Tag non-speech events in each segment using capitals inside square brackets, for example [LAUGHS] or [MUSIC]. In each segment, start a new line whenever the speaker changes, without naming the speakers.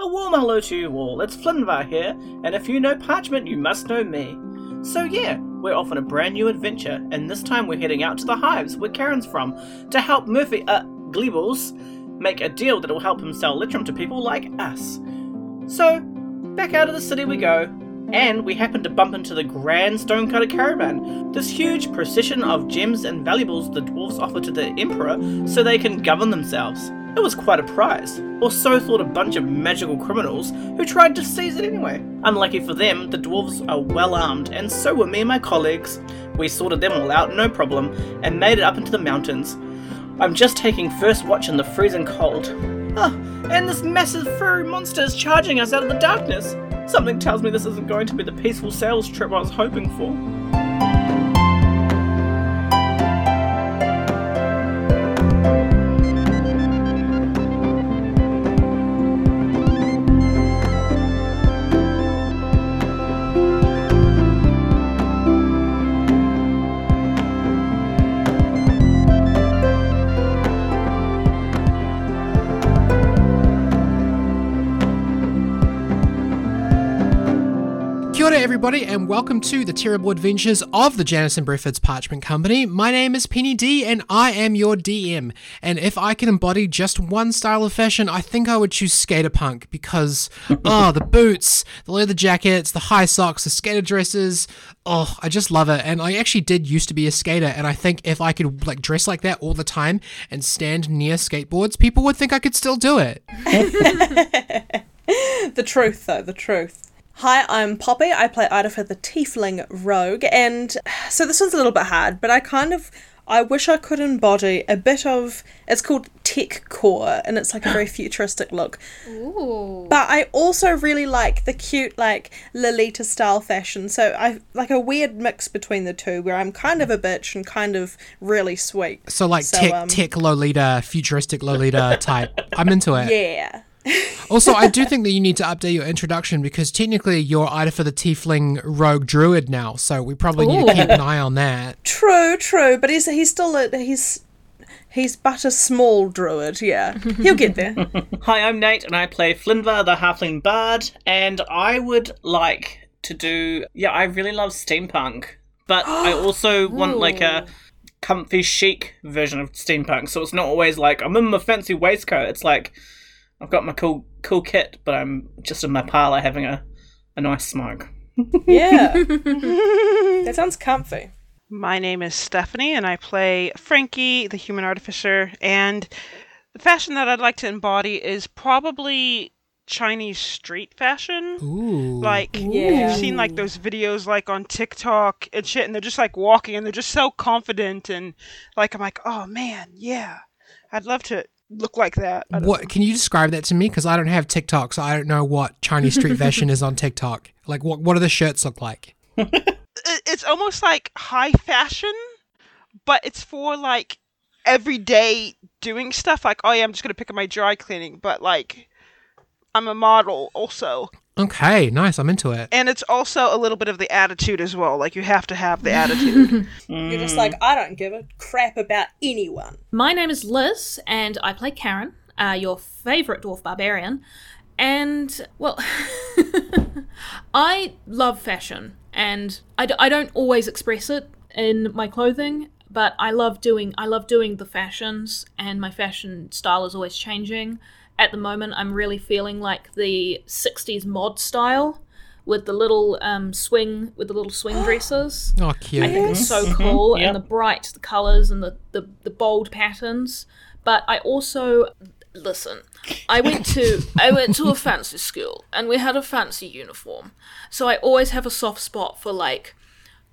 warm hello to you all. It's Flinvar here, and if you know Parchment, you must know me. So, yeah, we're off on a brand new adventure, and this time we're heading out to the Hives, where Karen's from, to help Murphy, uh, Gleebles, make a deal that'll help him sell Litrum to people like us. So, back out of the city we go, and we happen to bump into the Grand Stonecutter Caravan, this huge procession of gems and valuables the dwarfs offer to the Emperor so they can govern themselves. It was quite a prize, or so thought a bunch of magical criminals who tried to seize it anyway. Unlucky for them, the dwarves are well armed, and so were me and my colleagues. We sorted them all out no problem and made it up into the mountains. I'm just taking first watch in the freezing cold. Ah, and this massive furry monster is charging us out of the darkness. Something tells me this isn't going to be the peaceful sales trip I was hoping for.
Kia ora, everybody, and welcome to the terrible adventures of the Janison Breford's Parchment Company. My name is Penny D, and I am your DM. And if I could embody just one style of fashion, I think I would choose skater punk because, oh, the boots, the leather jackets, the high socks, the skater dresses. Oh, I just love it. And I actually did used to be a skater, and I think if I could like dress like that all the time and stand near skateboards, people would think I could still do it.
The truth, though, the truth. Hi, I'm Poppy. I play Idaho the Tiefling Rogue, and [SIGHS] so this one's a little bit hard, but I kind of I wish I could embody a bit of it's called tech core, and it's like a very futuristic look. Ooh. But I also really like the cute like Lolita style fashion. So I like a weird mix between the two, where I'm kind of a bitch and kind of really sweet.
So like tech,
um,
tech Lolita, futuristic Lolita type. I'm into it.
Yeah.
Also, I do think that you need to update your introduction because technically you're Ida for the Tiefling Rogue Druid now, so we probably need to keep an eye on that.
True, true, but he's he's still a, he's he's but a small druid. Yeah, he'll get there.
Hi, I'm Nate, and I play Flinvar, the Halfling Bard, and I would like to do. Yeah, I really love steampunk, but I also want like a comfy, chic version of steampunk. So it's not always like I'm in my fancy waistcoat. It's like I've got my cool, cool kit, but I'm just in my parlor having a, a nice smoke.
Yeah, that sounds comfy.
My name is Stephanie, and I play Frankie, the human artificer. And the fashion that I'd like to embody is probably Chinese street fashion.
Ooh.
Like
Yeah.
you've seen like those videos like on TikTok and shit, and they're just like walking, and they're just so confident, and like I'm like, oh man, yeah, I'd love to look like that. I don't-
what can you describe that to me? Because I don't have TikTok, so I don't know what Chinese street fashion is on TikTok. Like, what what do the shirts look like?
it- It's almost like high fashion, but it's for like everyday doing stuff. Like, oh yeah, I'm just gonna pick up my dry cleaning, but like. I'm a model also.
Okay, nice. I'm into it.
and it's also a little bit of the attitude as well. Like you have to have the attitude.
You're just like I don't give a crap about anyone.
My name is Liz, and I play Karen, uh, your favourite dwarf barbarian. And, well, [LAUGHS] I love fashion, and I, d- I don't always express it in my clothing. But I love doing I love doing the fashions, and my fashion style is always changing. At the moment, I'm really feeling like the '60s mod style, with the little um, swing with the little swing dresses.
Oh, cute.
I think it's
Mm-hmm.
so cool,
yep.
and the bright the colors and the, the the bold patterns. But I also listen. I went to I went
[LAUGHS]
to a fancy school, and we had a fancy uniform. So I always have a soft spot for like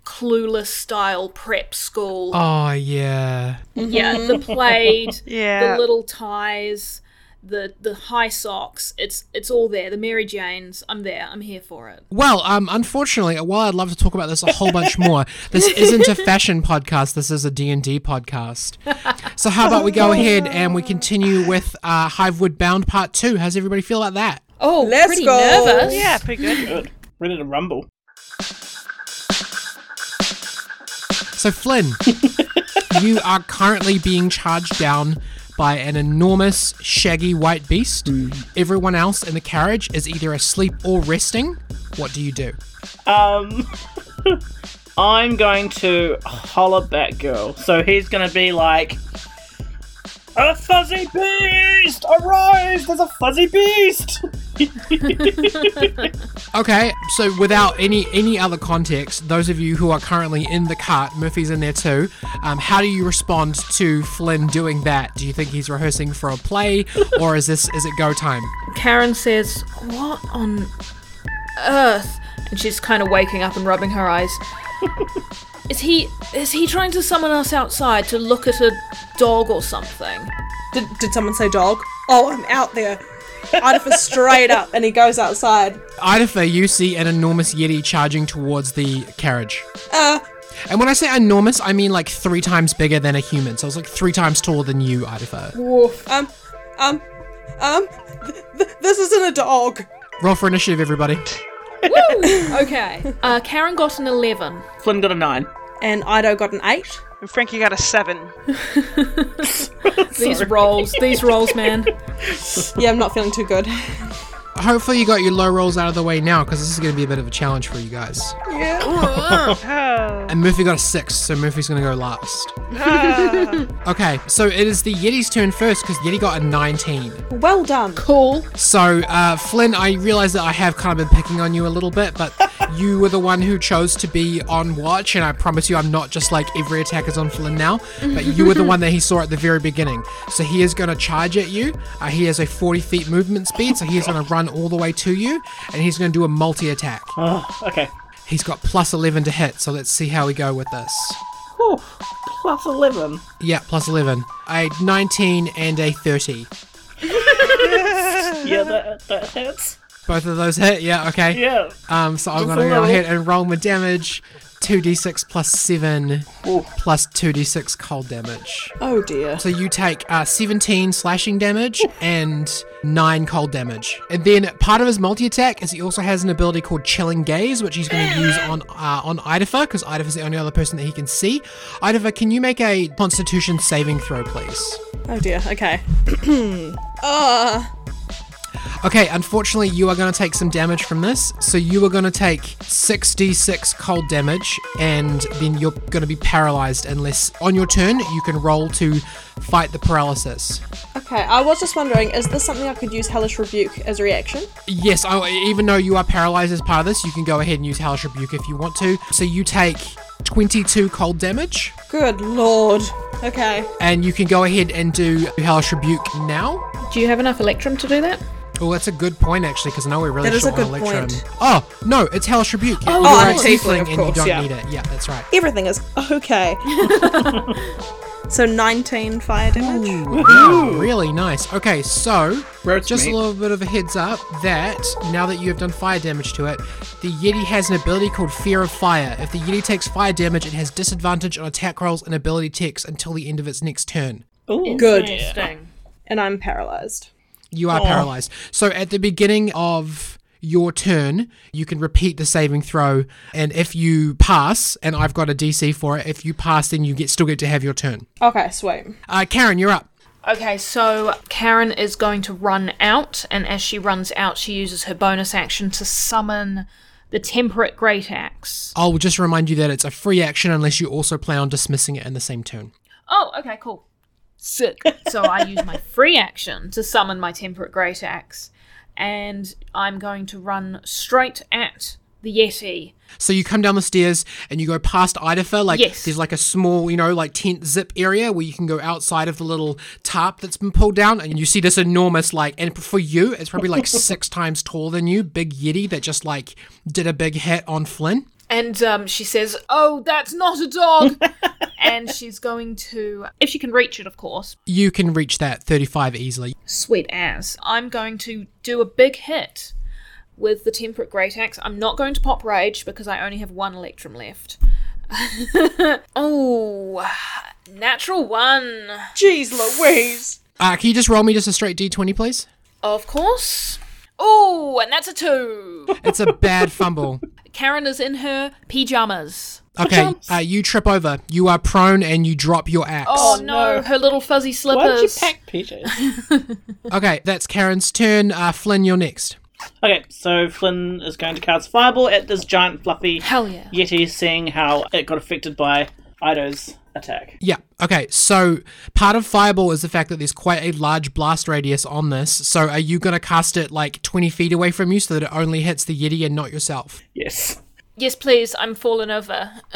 clueless style prep school.
Oh yeah.
Yeah, the plaid,
[LAUGHS] Yeah.
the little ties, the the high socks. It's it's all there. The Mary Janes. I'm there. I'm here for it.
Well, um, unfortunately, while I'd love to talk about this a whole bunch more, this isn't a fashion podcast. This is a D and D podcast. So how about we go ahead and we continue with uh, Hivewood Bound Part Two? How's everybody feel about that?
Oh,
Let's
pretty
go.
nervous.
yeah, pretty good.
Good. Ready to rumble.
So Flynn, you are currently being charged down by an enormous, shaggy white beast. Everyone else in the carriage is either asleep or resting. What do you do?
Um, [LAUGHS] I'm going to holler Batgirl. So he's going to be like, A fuzzy beast! Arise! There's a fuzzy beast!
Okay, so without any any other context, those of you who are currently in the cart, Murphy's in there too. Um, how do you respond to Flynn doing that? Do you think he's rehearsing for a play, or is this is it go time?
Karen says, What on earth? And she's kind of waking up and rubbing her [LAUGHS] eyes. is he is he trying to summon us outside to look at a dog or something?
Did, did someone say dog? Oh, I'm out there. Artifice straight up and he goes outside.
Idafa, you see an enormous yeti charging towards the carriage.
Uh,
And when I say enormous, I mean like three times bigger than a human. So it's like three times taller than you, Idafa.
um, um, um, th- th- this isn't a dog.
Roll for initiative, everybody.
Okay. uh, Karen got an eleven.
Flynn got a nine.
And Ido got an eight.
And Frankie got a seven.
These rolls, these rolls, [LAUGHS] man.
Yeah, I'm not feeling too good.
Hopefully, you got your low rolls out of the way now, because this is going to be a bit of a challenge for you guys. And Murphy got a six, so Murphy's going to go last. okay, so it is the Yeti's turn first, because Yeti got a 19.
Well done.
Cool.
So, uh, Flynn, I realize that I have kind of been picking on you a little bit,
[LAUGHS]
but you were the one who chose to be on watch, and I promise you, I'm not just like every attack is on Flynn now, but you were the one that he saw at the very beginning. So, he is going to charge at you. Uh, he has a 40 feet movement speed, so he's going to run all the way to you, and he's going to do a multi attack.
Uh. Oh, Okay.
He's got plus 11 to hit, so let's see how we go with this.
Whew, plus 11.
Yeah, plus 11. A 19 and a 30.
Yeah, that, that hits.
Both of those hit? Yeah, okay.
Yeah.
Um, so I'm
That's
gonna
a
go
lot.
ahead and roll my damage. 2d6 plus 7 plus 2d6 cold damage.
Oh dear.
So you take uh, 17 slashing damage and 9 cold damage. And then part of his multi attack is he also has an ability called Chilling Gaze, which he's going to use on uh, on Idafa, because Idafa's the only other person that he can see. Idafa, can you make a Constitution saving throw, please?
Oh dear. Okay. [CLEARS THROAT] Ah.
Okay, unfortunately, you are going to take some damage from this. So you are going to take 6d6 cold damage, and then you're going to be paralyzed unless on your turn you can roll to fight the paralysis.
okay. I was just wondering, is this something I could use Hellish Rebuke as a reaction?
Yes, I, even though you are paralyzed as part of this, you can go ahead and use Hellish Rebuke if you want to. So you take 22 cold damage,
Good lord. Okay.
and you can go ahead and do Hellish Rebuke now.
Do you have enough electrum to do that?
Oh, that's a good point actually, because I know we're really
That is
short
a
on
good
Electrum.
point.
Oh no, it's Hellish Rebuke.
Oh,
You're
Oh,
a
I'm
tiefling, of
and you
course,
don't
yeah.
need it. Yeah, that's right.
Everything is okay. so 19 fire damage.
Wow, really nice. Okay, so
Roast
just
meat.
a little bit of a heads up that now that you have done fire damage to it, the Yeti has an ability called Fear of Fire. If the Yeti takes fire damage, it has disadvantage on attack rolls and ability checks until the end of its next turn.
Ooh.
Good.
Interesting.
And I'm paralyzed.
You are paralyzed. So at the beginning of your turn, you can repeat the saving throw, and if you pass, and I've got a DC for it, if you pass, then you get still get to have your turn.
Okay, sweet.
Uh, Karen, you're up.
Okay, so Karen is going to run out, and as she runs out, she uses her bonus action to summon the Temperate Great Axe.
I'll just remind you that it's a free action unless you also plan on dismissing it in the same turn.
Oh, okay, cool. Sick. so I use my free action to summon my Temperate Great Axe, and I'm going to run straight at the Yeti.
So you come down the stairs and you go past Idafa. Like
Yes.
there's like a small, you know, like tent zip area where you can go outside of the little tarp that's been pulled down, and you see this enormous like, and for you, it's probably
[LAUGHS]
like six times taller than you, big yeti that just like did a big hit on Flynn.
And um, she says, Oh, that's not a dog! and she's going to, if she can reach it, of course,
You can reach that 35 easily.
sweet as. I'm going to do a big hit with the Temperate Great Axe. I'm not going to pop rage because I only have one Electrum left. [LAUGHS] oh, natural one.
Jeez Louise.
Uh, can you just roll me just a straight d20, please?
Of course. Oh, and that's a two.
[LAUGHS]
[LAUGHS]
It's a bad fumble.
Karen is in her pajamas.
Okay,
Pajamas.
uh, you trip over. You are prone and you drop your axe.
Oh
Oh,
no,
no.
her little fuzzy
Why did you
slippers.
pack PJs?
Okay, that's Karen's turn. Uh, Flynn, you're next.
Okay, so Flynn is going to cast Fireball at this giant fluffy
Hell yeah.
Yeti, seeing how it got affected by Ido's attack.
Yeah. Okay. So part of fireball is the fact that there's quite a large blast radius on this. So are you gonna cast it like 20 feet away from you so that it only hits the yeti and not yourself?
Yes.
Yes, please. I'm falling over. [LAUGHS]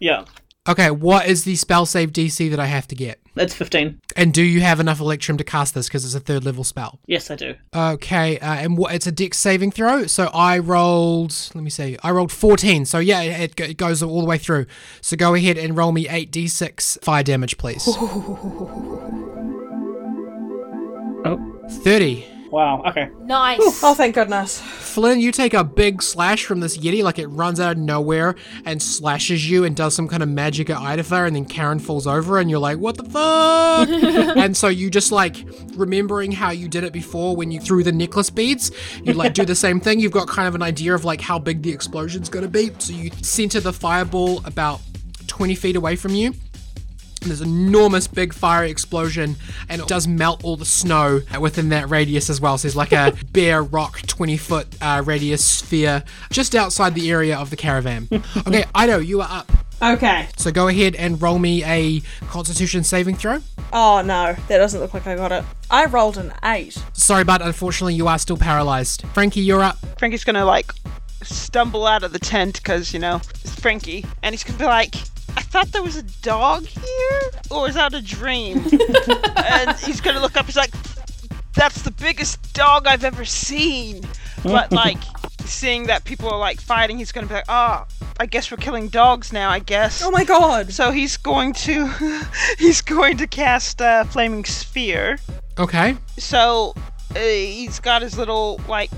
Yeah.
Okay. What is the spell save DC that I have to get?
That's 15.
And do you have enough electrum to cast this because it's a third level spell?
Yes, I do.
Okay. Uh, and what? It's a Dex saving throw. So I rolled. Let me see. I rolled 14. So yeah, it, it go- it goes all the way through. So go ahead and roll me 8d6 fire damage, please.
Oh.
30.
Wow, okay.
nice.
Oh, thank goodness.
Flynn, you take a big slash from this Yeti, like it runs out of nowhere and slashes you and does some kind of magic at Idafa, and then Karen falls over and you're like, what the fuck? and so you just like, remembering how you did it before when you threw the necklace beads, you like do the same thing. You've got kind of an idea of like how big the explosion's gonna be. So you center the fireball about 20 feet away from you. And There's an enormous big fiery explosion and it does melt all the snow within that radius as well. So there's like a bare rock 20 foot uh, radius sphere just outside the area of the caravan. okay, Ido, you are up.
Okay.
So go ahead and roll me a constitution saving throw.
Oh no, that doesn't look like I got it. I rolled an eight.
Sorry, but unfortunately you are still paralyzed. Frankie, you're up.
Frankie's gonna like stumble out of the tent because you know it's Frankie, and he's gonna be like, "I thought there was a dog here, or is that
[LAUGHS]
a dream?" and he's gonna look up. He's like, "That's the biggest dog I've ever seen."
[LAUGHS]
But like, seeing that people are like fighting, he's gonna be like, "Ah, I guess we're killing dogs now. I guess."
Oh my god.
so he's going to [LAUGHS] he's going to cast uh, flaming sphere
Okay.
so uh, he's got his little like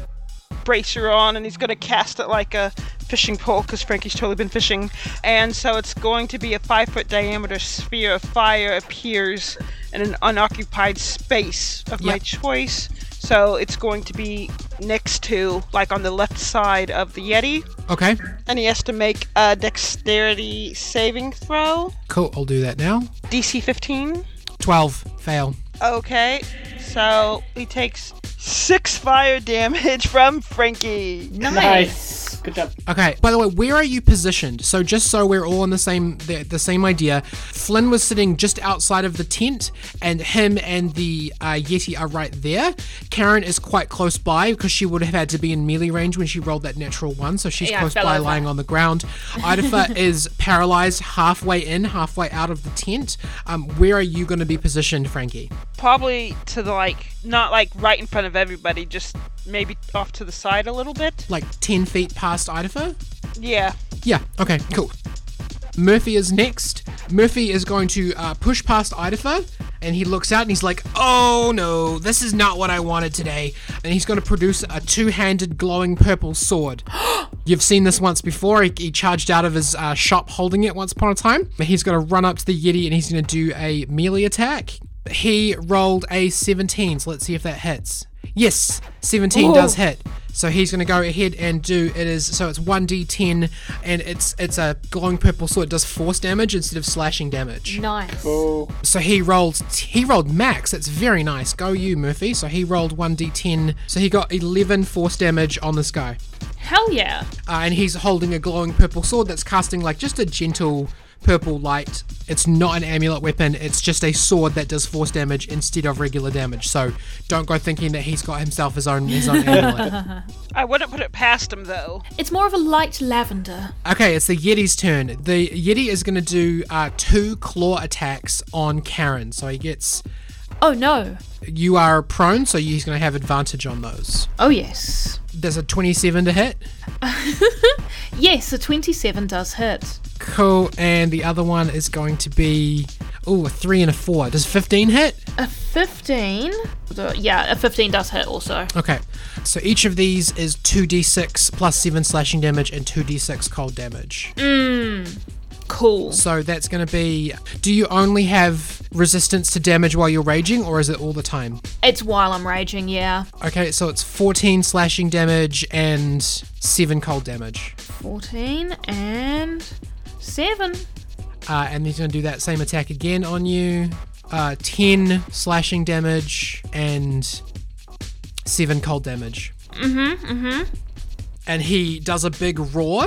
bracer on and he's going to cast it like a fishing pole because frankie's totally been fishing and so it's going to be a five foot diameter sphere of fire appears in an unoccupied space of my
Yep.
choice so it's going to be next to like on the left side of the yeti
Okay.
and he has to make a dexterity saving throw
Cool. I'll do that now.
dc 15
12. Fail.
Okay, so he takes six fire damage [LAUGHS] from Frankie.
Nice. Good job.
Okay. By the way, where are you positioned? So just so we're all on the same the, the same idea, Flynn was sitting just outside of the tent, and him and the uh, Yeti are right there. Karen is quite close by because she would have had to be in melee range when she rolled that natural one, so she's
Yeah, I
close
fell
by,
over.
lying on the ground.
[LAUGHS]
Idafa is paralyzed, halfway in, halfway out of the tent. Um, where are you going to be positioned, Frankie?
Probably to the like, not like right in front of everybody, just maybe off to the side a little bit.
Like ten feet past Idafa?
Yeah.
Yeah, okay, cool. Murphy is next. Murphy is going to uh, push past Idafa, and he looks out and he's like, oh no, this is not what I wanted today. And he's going to produce a two handed glowing purple sword. You've seen this once before. He, he charged out of his uh, shop holding it once upon a time. He's going to run up to the Yeti and he's going to do a melee attack. He rolled a 17, so let's see if that hits. Yes, 17 does hit. So he's going to go ahead and do it is so it's 1d10 and it's it's a glowing purple sword it does force damage instead of slashing damage.
Nice.
So he rolled he rolled max. That's very nice. Go you Murphy. So he rolled 1d10. So he got 11 force damage on this guy
Hell yeah.
uh, and he's holding a glowing purple sword that's casting like just a gentle purple light. It's not an amulet weapon, it's just a sword that does force damage instead of regular damage. So don't go thinking that he's got himself his own his own amulet.
I wouldn't put it past him though.
It's more of a light lavender.
Okay, it's the Yeti's turn. The Yeti is going to do uh, two claw attacks on Karen. So he gets
Oh no.
you are prone, so he's going to have advantage on those.
Oh yes.
There's a 27 to hit.
Yes, a 27 does hit.
Cool, and the other one is going to be oh a three and a four. Does 15 hit?
A 15? Uh, Yeah, a 15 does hit also.
Okay, so each of these is 2d6 plus 7 slashing damage and 2d6 cold damage.
Cool.
So that's going to be. Do you only have resistance to damage while you're raging, or is it all the time?
It's while I'm raging, yeah.
Okay, so it's 14 slashing damage and 7 cold damage.
14 and Seven.
Uh, and he's going to do that same attack again on you. Uh, 10 slashing damage and 7 cold damage. Mm hmm, mm hmm. And he does a big roar.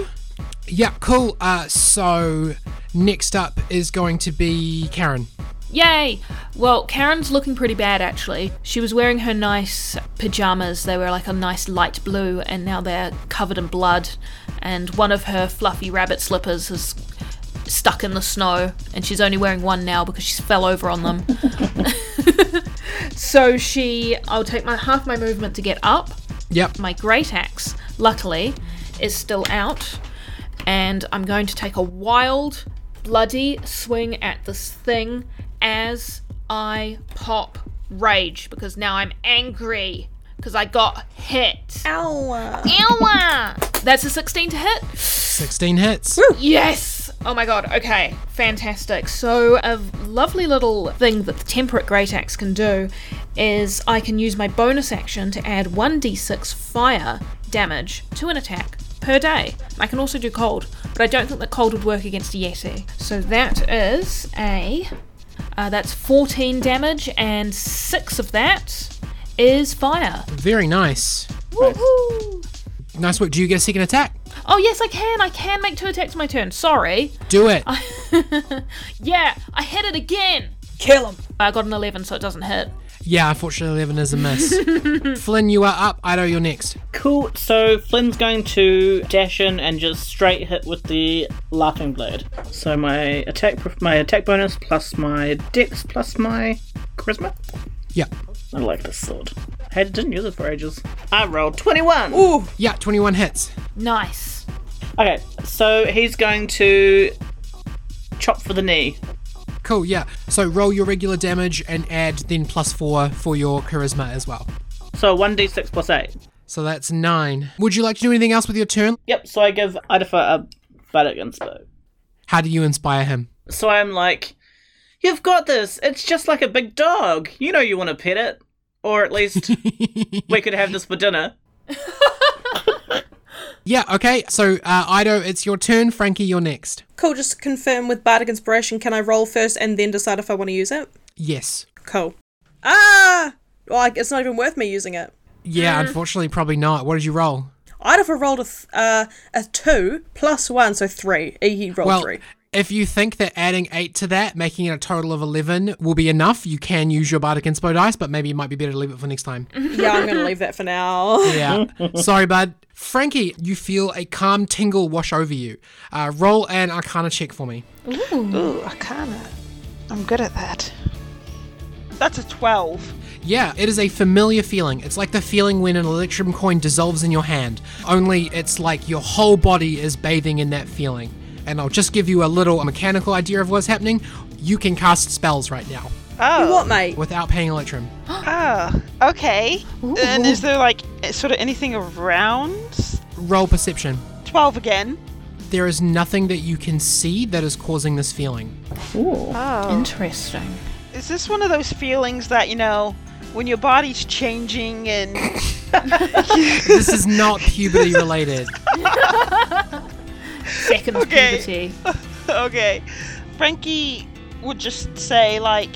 Yeah, cool. Uh, so next up is going to be Karen.
Yay! Well, Karen's looking pretty bad actually. She was wearing her nice pajamas. They were like a nice light blue, and now they're covered in blood. And one of her fluffy rabbit slippers is stuck in the snow, and she's only wearing one now because she fell over on them. [LAUGHS] so she, I'll take my half my movement to get up.
Yep.
My great axe, luckily, is still out, and I'm going to take a wild, bloody swing at this thing as I pop rage because now I'm angry because I got hit.
Ow.
Ow! That's a 16 to hit.
16 hits.
Yes! Oh my god, okay, fantastic. So, a lovely little thing that the Temperate Great Axe can do is I can use my bonus action to add 1d6 fire damage to an attack per day. I can also do cold, but I don't think that cold would work against a Yeti. So, that is a. Uh, that's 14 damage, and 6 of that is fire.
Very nice.
Woohoo!
Nice work. Do you get a second attack?
Oh, yes, I can! I can make two attacks my turn. Sorry.
Do it.
[LAUGHS] yeah, I hit it again.
Kill him.
I got an 11, so it doesn't hit.
Yeah, unfortunately, 11 is a miss. Flynn, you are up. Ido, you're next.
Cool. So Flynn's going to dash in and just straight hit with the laughing blade. So my attack, my attack bonus plus my dex plus my charisma.
Yeah.
I like this sword. I didn't use it for ages. I rolled twenty-one.
Ooh.
Yeah, 21 hits.
Nice.
Okay, so he's going to chop for the knee.
Cool, yeah. So roll your regular damage and add then plus four for your charisma as well.
So one d six plus eight.
So that's nine. Would you like to do anything else with your turn?
Yep. So I give Idafa a bardic inspo.
How do you inspire him?
So I'm like, you've got this. It's just like a big dog. You know you want to pet it, or at least we could have this for dinner.
Yeah, okay. So, uh, Ido, it's your turn. Frankie, you're next.
Cool. Just to confirm with Bardic Inspiration, can I roll first and then decide if I want to use it?
Yes.
Cool. Ah! Well, I- it's not even worth me using it.
Yeah, unfortunately, probably not. What did you roll?
I'd have rolled a, th- uh, a two plus one, so three. He he rolled
Well,
three.
if you think that adding eight to that, making it a total of 11, will be enough, you can use your Bardic Inspo dice, but maybe it might be better to leave it for next time.
Yeah, I'm going to leave that for now.
Yeah. Sorry, bud. Frankie, you feel a calm tingle wash over you. Uh, roll an Arcana check for me.
Ooh, I kinda. I'm good at that. That's a 12.
Yeah, it is a familiar feeling. It's like the feeling when an Electrum coin dissolves in your hand, only it's like your whole body is bathing in that feeling. And I'll just give you a little mechanical idea of what's happening. You can cast spells right now
Oh.
what, mate?
without paying Electrum.
Oh. Okay. And is there like sort of anything around?
Roll perception.
12 again.
There is nothing that you can see that is causing this feeling.
Oh.
Interesting.
Is this one of those feelings that, you know, when your body's changing and
This is not puberty related.
Second
Okay.
puberty.
okay. Frankie would just say like,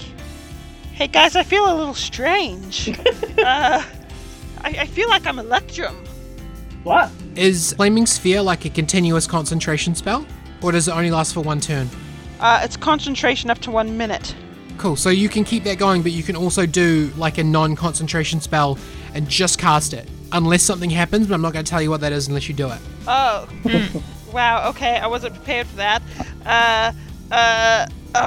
"Hey guys, I feel a little strange. uh, I, I feel like I'm Electrum.
What?
Is Flaming Sphere like a continuous concentration spell? Or does it only last for one turn?
Uh, it's concentration up to one minute.
Cool. So you can keep that going, but you can also do like a non-concentration spell and just cast it, unless something happens. But I'm not going to tell you what that is unless you do it.
Oh, wow. Okay, I wasn't prepared for that. Uh, uh, uh,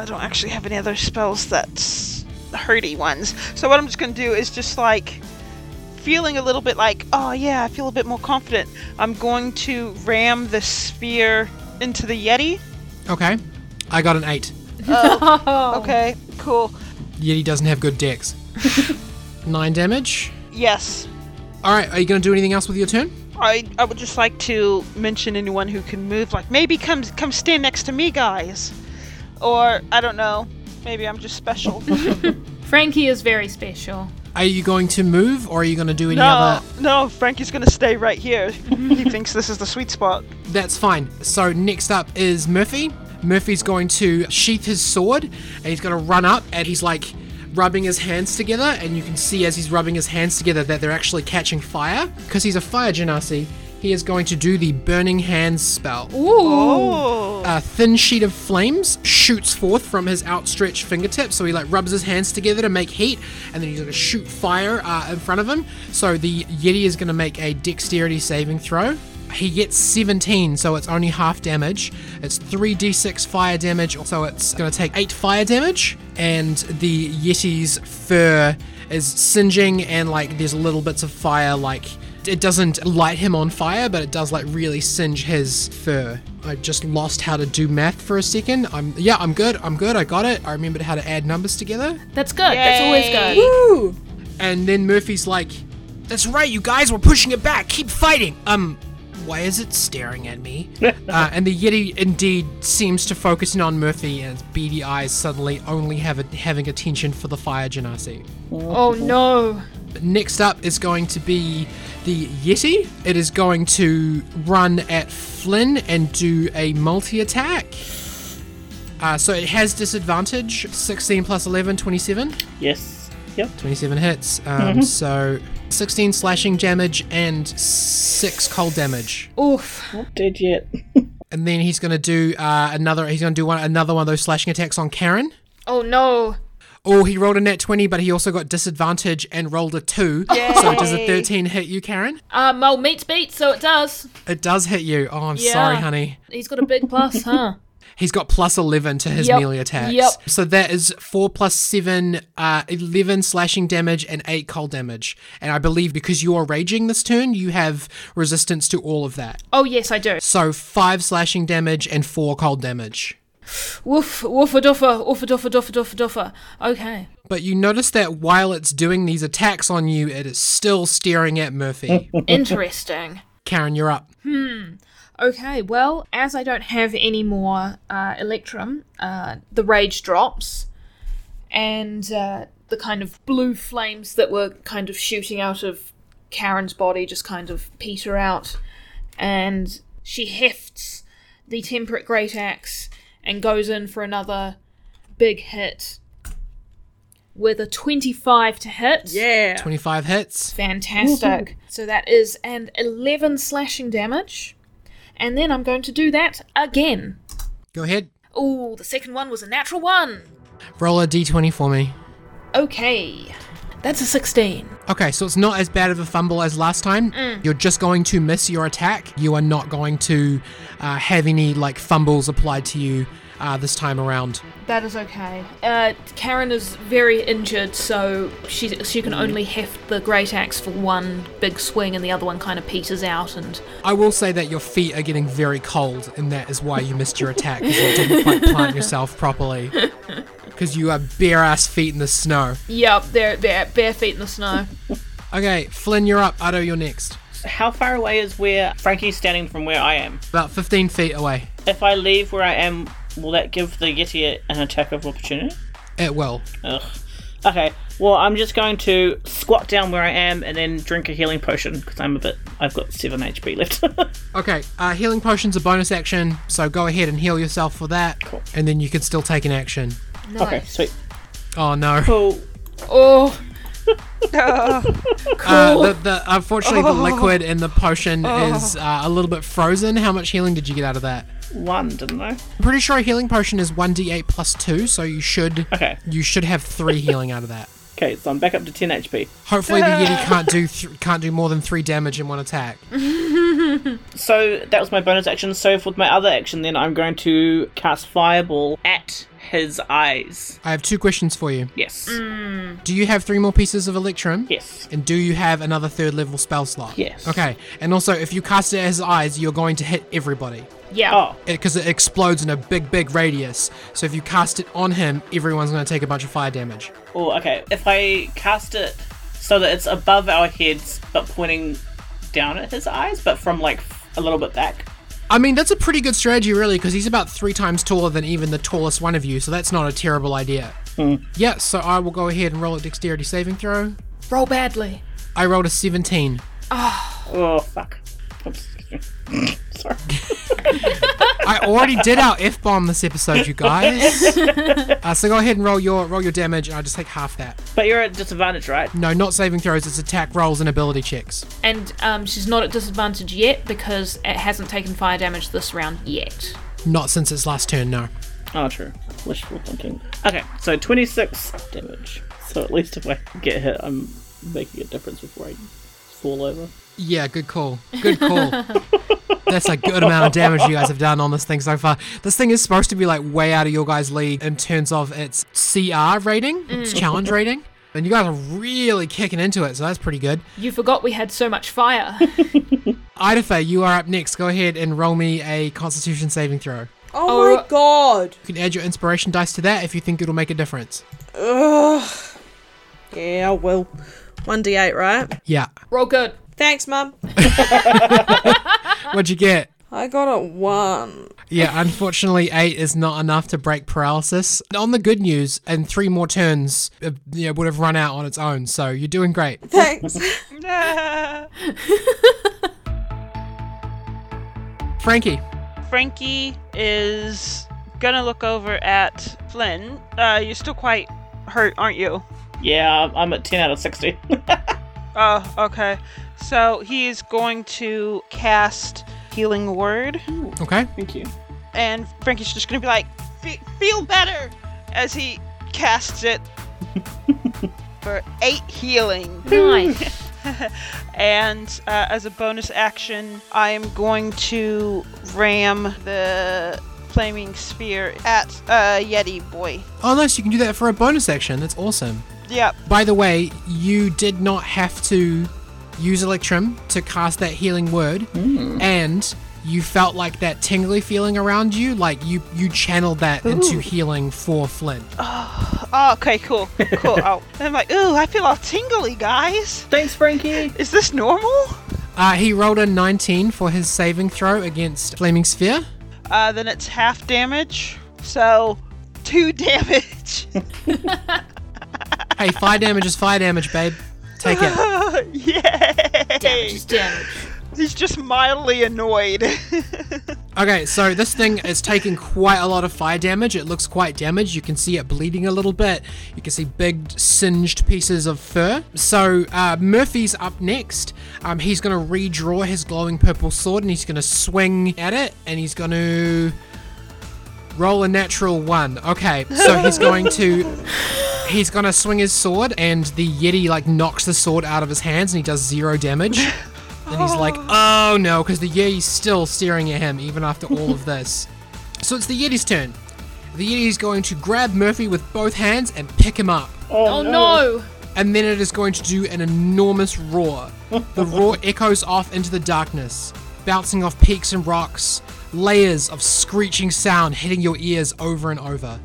I don't actually have any other spells that's hurty ones. So what I'm just gonna do is just like." Feeling a little bit like, oh yeah, I feel a bit more confident. I'm going to ram the sphere into the Yeti.
Okay. I got an eight.
Okay, cool.
Yeti doesn't have good decks. [LAUGHS] Nine damage.
Yes.
All right. Are you going to do anything else with your turn?
I, I would just like to mention anyone who can move, like maybe come come stand next to me, guys, or I don't know, maybe I'm just special.
Frankie is very special.
Are you going to move or are you going to do any
No,
other?
no, Frankie's gonna stay right here. he thinks this is the sweet spot. [LAUGHS]
That's fine. So next up is Murphy. Murphy's going to sheath his sword and he's going to run up and he's like rubbing his hands together and you can see as he's rubbing his hands together that they're actually catching fire because he's a fire genasi. He is going to do the burning hands spell.
Oh,
a thin sheet of flames shoots forth from his outstretched fingertips. So he like rubs his hands together to make heat, and then he's gonna shoot fire uh, in front of him. So the yeti is gonna make a dexterity saving throw. He gets 17, so it's only half damage. It's 3d6 fire damage, so it's gonna take 8 fire damage. And the yeti's fur is singeing, and like there's little bits of fire like it doesn't light him on fire, but it does like really singe his fur. I just lost how to do math for a second. I'm yeah, I'm good. I'm good. I got it. I remembered how to add numbers together.
That's good. That's always good.
Ooh.
And then Murphy's like, "That's right, you guys. We're pushing it back. Keep fighting." Um, why is it staring at me? uh, and the Yeti indeed seems to focus in on Murphy, and its beady eyes suddenly only have a, having attention for the fire genasi.
Oh no.
Next up is going to be the Yeti. It is going to run at Flynn and do a multi attack. Uh, so it has disadvantage 16 plus 11, 27.
Yes. Yep.
27 hits. Um, So 16 slashing damage and 6 cold damage.
Oof.
Not dead yet.
And then he's going to do uh, another, he's going to do one, another one of those slashing attacks on Karen.
Oh no.
Oh, he rolled a net 20, but he also got disadvantage and rolled a 2. So does a 13 hit you, Karen?
Um, well, meat's beat, so it does.
It does hit you. Oh, I'm sorry,
Yeah.
honey.
He's got a big [LAUGHS] plus, huh?
He's got plus 11 to his
Yep.
melee attacks.
Yep.
So that is 4 plus 7, uh, 11 slashing damage and 8 cold damage. And I believe because you are raging this turn, you have resistance to all of that.
Oh yes, I do.
So 5 slashing damage and 4 cold damage.
Woof, woofa duffa, woofa duffa duffa duffa duffa. Okay. [LAUGHS]
But you notice that while it's doing these attacks on you, it is still staring at Murphy.
Interesting.
Karen, you're up.
Okay, well, as I don't have any more uh, Electrum, uh, the rage drops, and uh, the kind of blue flames that were kind of shooting out of Karen's body just kind of peter out, and she hefts the temperate great axe and goes in for another big hit with a 25 to hit.
Yeah.
25 hits.
Fantastic. So that is an 11 slashing damage. And then I'm going to do that again.
Go ahead.
Oh, the second one was a natural one.
Roll a d20 for me.
Okay. That's a 16.
Okay, so it's not as bad of a fumble as last time. You're just going to miss your attack. You are not going to uh, have any like fumbles applied to you uh, this time around.
That is okay. Uh, Karen is very injured, so she she can only heft the great axe for one big swing, and the other one kind of peters out. And
I will say that your feet are getting very cold, and that is why you missed your attack because you didn't quite plant yourself properly. Because you are bare ass feet in the snow.
yep, they're, they're bare feet in the snow.
Okay, Flynn, you're up. Otto, you're next.
How far away is where Frankie's standing from where I am?
About 15 feet away.
If I leave where I am, will that give the Yeti a- an attack of opportunity?
It will.
Ugh. Okay. Well, I'm just going to squat down where I am and then drink a healing potion because I'm a bit. I've got seven HP left. [LAUGHS]
Okay, uh, healing potion's a bonus action, so go ahead and heal yourself for that,
Cool.
and then you can still take an action.
[LAUGHS] Nice.
okay. Sweet.
Oh no.
Cool.
Oh,
Uh, the, the,
[LAUGHS]
unfortunately, the liquid in the potion
Oh.
is uh, a little bit frozen. How much healing did you get out of that?
One, didn't I?
I'm pretty sure a healing potion is 1d8 plus 2, so you should
Okay.
you should have 3 healing out of that.
Okay. So I'm back up to ten HP.
Hopefully
[LAUGHS]
the Yeti can't do th- can't do more than 3 damage in one attack.
So that was my bonus action. So for my other action, then I'm going to cast fireball at his eyes.
I have two questions for you.
Yes.
Do you have 3 more pieces of electrum?
Yes.
And do you have another third level spell slot?
Yes.
Okay. And also if you cast it at his eyes, you're going to hit everybody.
yeah.
Oh.
because it explodes in a big, big radius. So if you cast it on him, everyone's going to take a bunch of fire damage.
Oh. Okay. If I cast it so that it's above our heads but pointing down at his eyes, but from like a little bit back.
I mean, that's a pretty good strategy, really, because he's about three times taller than even the tallest one of you, so that's not a terrible idea. Yeah, so I will go ahead and roll a dexterity saving throw.
Roll badly.
I rolled a 17.
Oh fuck. Oops. Sorry.
I already did our F bomb this episode, you guys. Uh, so go ahead and roll your roll your damage, and I'll just take half that.
But you're at disadvantage, right?
No, not saving throws, it's attack rolls and ability checks.
And um, she's not at disadvantage yet because it hasn't taken fire damage this round yet.
Not since its last turn, no.
Oh, true. Wishful thinking. Okay, so 26 damage. So at least if I get hit, I'm making a difference before I fall over.
Yeah, good call. Good call. That's a good amount of damage you guys have done on this thing so far. This thing is supposed to be like way out of your guys' league in terms of its CR rating, its challenge rating. And you guys are really kicking into it, so that's pretty good.
You forgot we had so much fire.
Idafe, you are up next. Go ahead and roll me a constitution saving throw.
Oh,
Oh.
my god.
You can add your inspiration dice to that if you think it'll make a difference.
Ugh. Yeah, I will. 1d8, right?
Yeah.
Roll good.
Thanks, Mum.
What'd you get?
I got a 1.
Yeah, unfortunately, eight is not enough to break paralysis. On the good news, in three more turns, uh, it you know, would have run out on its own, so you're doing great.
[LAUGHS] Thanks.
Frankie,
Frankie is gonna look over at Flynn. Uh, you're still quite hurt, aren't you?
Yeah, I'm at 10 out of 60. [LAUGHS]
Oh, okay. So he is going to cast Healing Word,
okay?
Thank you.
and Frankie's just gonna be like, "Fe- "Feel better," as he casts it for eight healing.
Nice.
And uh, as a bonus action, I am going to ram the flaming spear at uh, Yeti boy.
Oh, nice, you can do that for a bonus action. That's awesome.
Yep.
By the way, you did not have to use Electrum to cast that healing word, and you felt like that tingly feeling around you, like you, you channeled that into healing for Flynn.
Oh, okay, cool, cool. oh, I'm like, ooh, I feel all tingly, guys.
Thanks, Frankie!
Is this normal?
Uh, he rolled a 19 for his saving throw against Flaming Sphere.
Uh, then it's half damage, so two [LAUGHS] damage.
Hey, fire damage is fire damage, babe. Take it.
Yay!
Damage is damage.
He's just mildly annoyed. [LAUGHS]
Okay, so this thing is taking quite a lot of fire damage. It looks quite damaged. You can see it bleeding a little bit. You can see big, singed pieces of fur. So uh, Murphy's up next. Um, he's going to redraw his glowing purple sword and he's going to swing at it and he's going to roll a natural one. Okay, so he's going to he's going to swing his sword and the yeti like knocks the sword out of his hands and he does zero damage. And he's like, "Oh no," cuz the yeti's still staring at him even after all of this. So it's the yeti's turn. The yeti's going to grab Murphy with both hands and pick him up
Oh no!
and then it is going to do an enormous roar. The roar echoes off into the darkness, bouncing off peaks and rocks, layers of screeching sound hitting your ears over and over.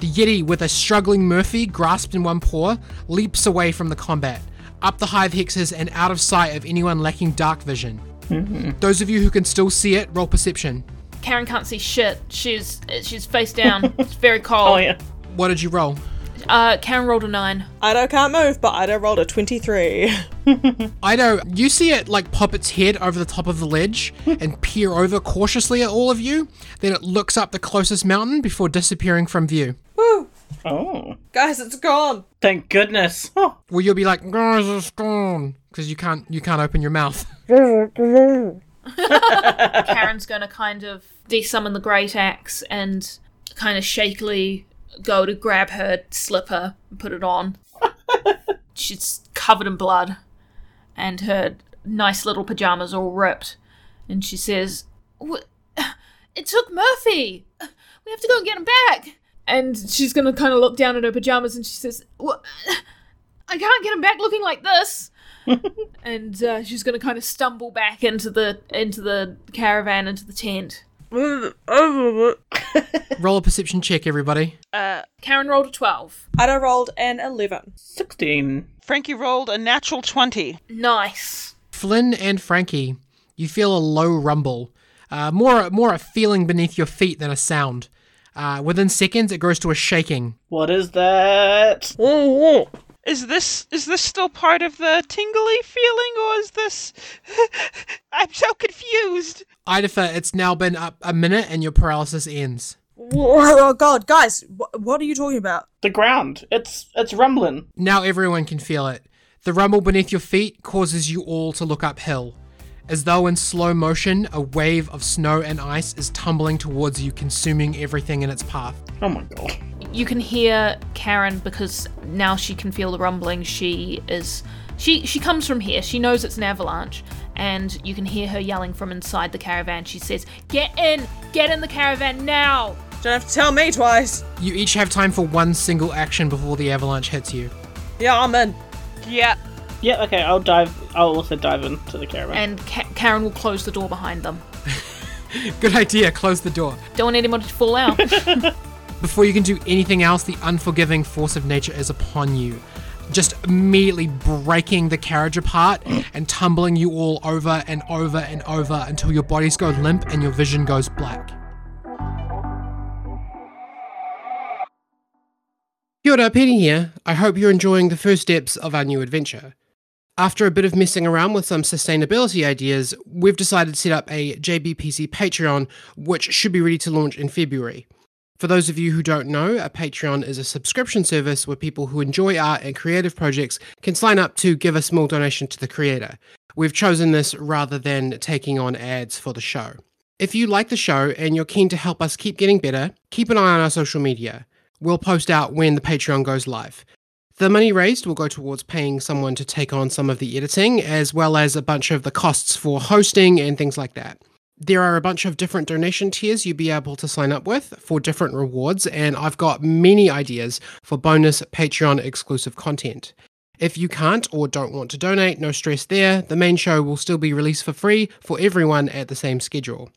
The Yeti, with a struggling Murphy grasped in one paw, leaps away from the combat, up the hive hexes and out of sight of anyone lacking dark vision. Those of you who can still see it, roll perception.
Karen can't see shit. She's she's face down. It's very cold.
Oh, yeah.
What did you roll?
Uh, Karen rolled a nine.
Ido can't move, but Ido rolled a 23.
Ido, you see it like pop its head over the top of the ledge and peer over cautiously at all of you. Then it looks up the closest mountain before disappearing from view.
Woo!
Oh.
Guys, it's gone.
Thank goodness. Oh,
Well, you'll be like, guys, it's gone, because you can't you can't open your mouth. [LAUGHS]
Karen's gonna kind of desummon the great axe and kind of shakily go to grab her slipper and put it on. She's covered in blood, and her nice little pajamas all ripped. And she says, "W- [SIGHS] "It took Murphy. We have to go and get him back." And she's gonna kind of look down at her pajamas and she says, "W- [LAUGHS] "I can't get him back looking like this." and uh, she's going to kind of stumble back into the into the caravan into the tent.
roll a perception check, everybody.
Karen rolled a twelve.
Ido rolled an 11.
16.
Frankie rolled a natural 20.
Nice.
Flynn and Frankie, you feel a low rumble, uh, more more a feeling beneath your feet than a sound. Uh, within seconds, it grows to a shaking.
What is that?
is this is this still part of the tingly feeling or is this [LAUGHS] I'm so confused.
Idafa, it's now been up a minute and your paralysis ends.
Whoa, oh god, guys, wh- what are you talking about?
The ground. It's it's rumbling.
Now everyone can feel it. The rumble beneath your feet causes you all to look uphill. As though in slow motion, a wave of snow and ice is tumbling towards you, consuming everything in its path.
Oh my god.
You can hear Karen because now she can feel the rumbling. She is she she comes from here. She knows it's an avalanche and you can hear her yelling from inside the caravan. She says, "Get in! Get in the caravan now!"
Don't have to tell me twice.
You each have time for one single action before the avalanche hits you. [LAUGHS]
Yeah, I'm in.
Yeah.
Yeah, okay, I'll dive. I'll also dive into the caravan.
And Ka- Karen will close the door behind them.
Good idea, close the door.
Don't want anybody to fall [LAUGHS] out.
Before you can do anything else, the unforgiving force of nature is upon you, just immediately breaking the carriage apart and tumbling you all over and over and over until your bodies go limp and your vision goes black. Kia ora, Penny here. I hope you're enjoying the first steps of our new adventure. After a bit of messing around with some sustainability ideas, we've decided to set up a JBPC Patreon, which should be ready to launch in February. For those of you who don't know, a Patreon is a subscription service where people who enjoy art and creative projects can sign up to give a small donation to the creator. We've chosen this rather than taking on ads for the show. If you like the show and you're keen to help us keep getting better, keep an eye on our social media. We'll post out when the Patreon goes live. The money raised will go towards paying someone to take on some of the editing, as well as a bunch of the costs for hosting and things like that. There are a bunch of different donation tiers you'll be able to sign up with for different rewards, and I've got many ideas for bonus Patreon exclusive content. If you can't or don't want to donate, no stress there. The main show will still be released for free for everyone at the same schedule.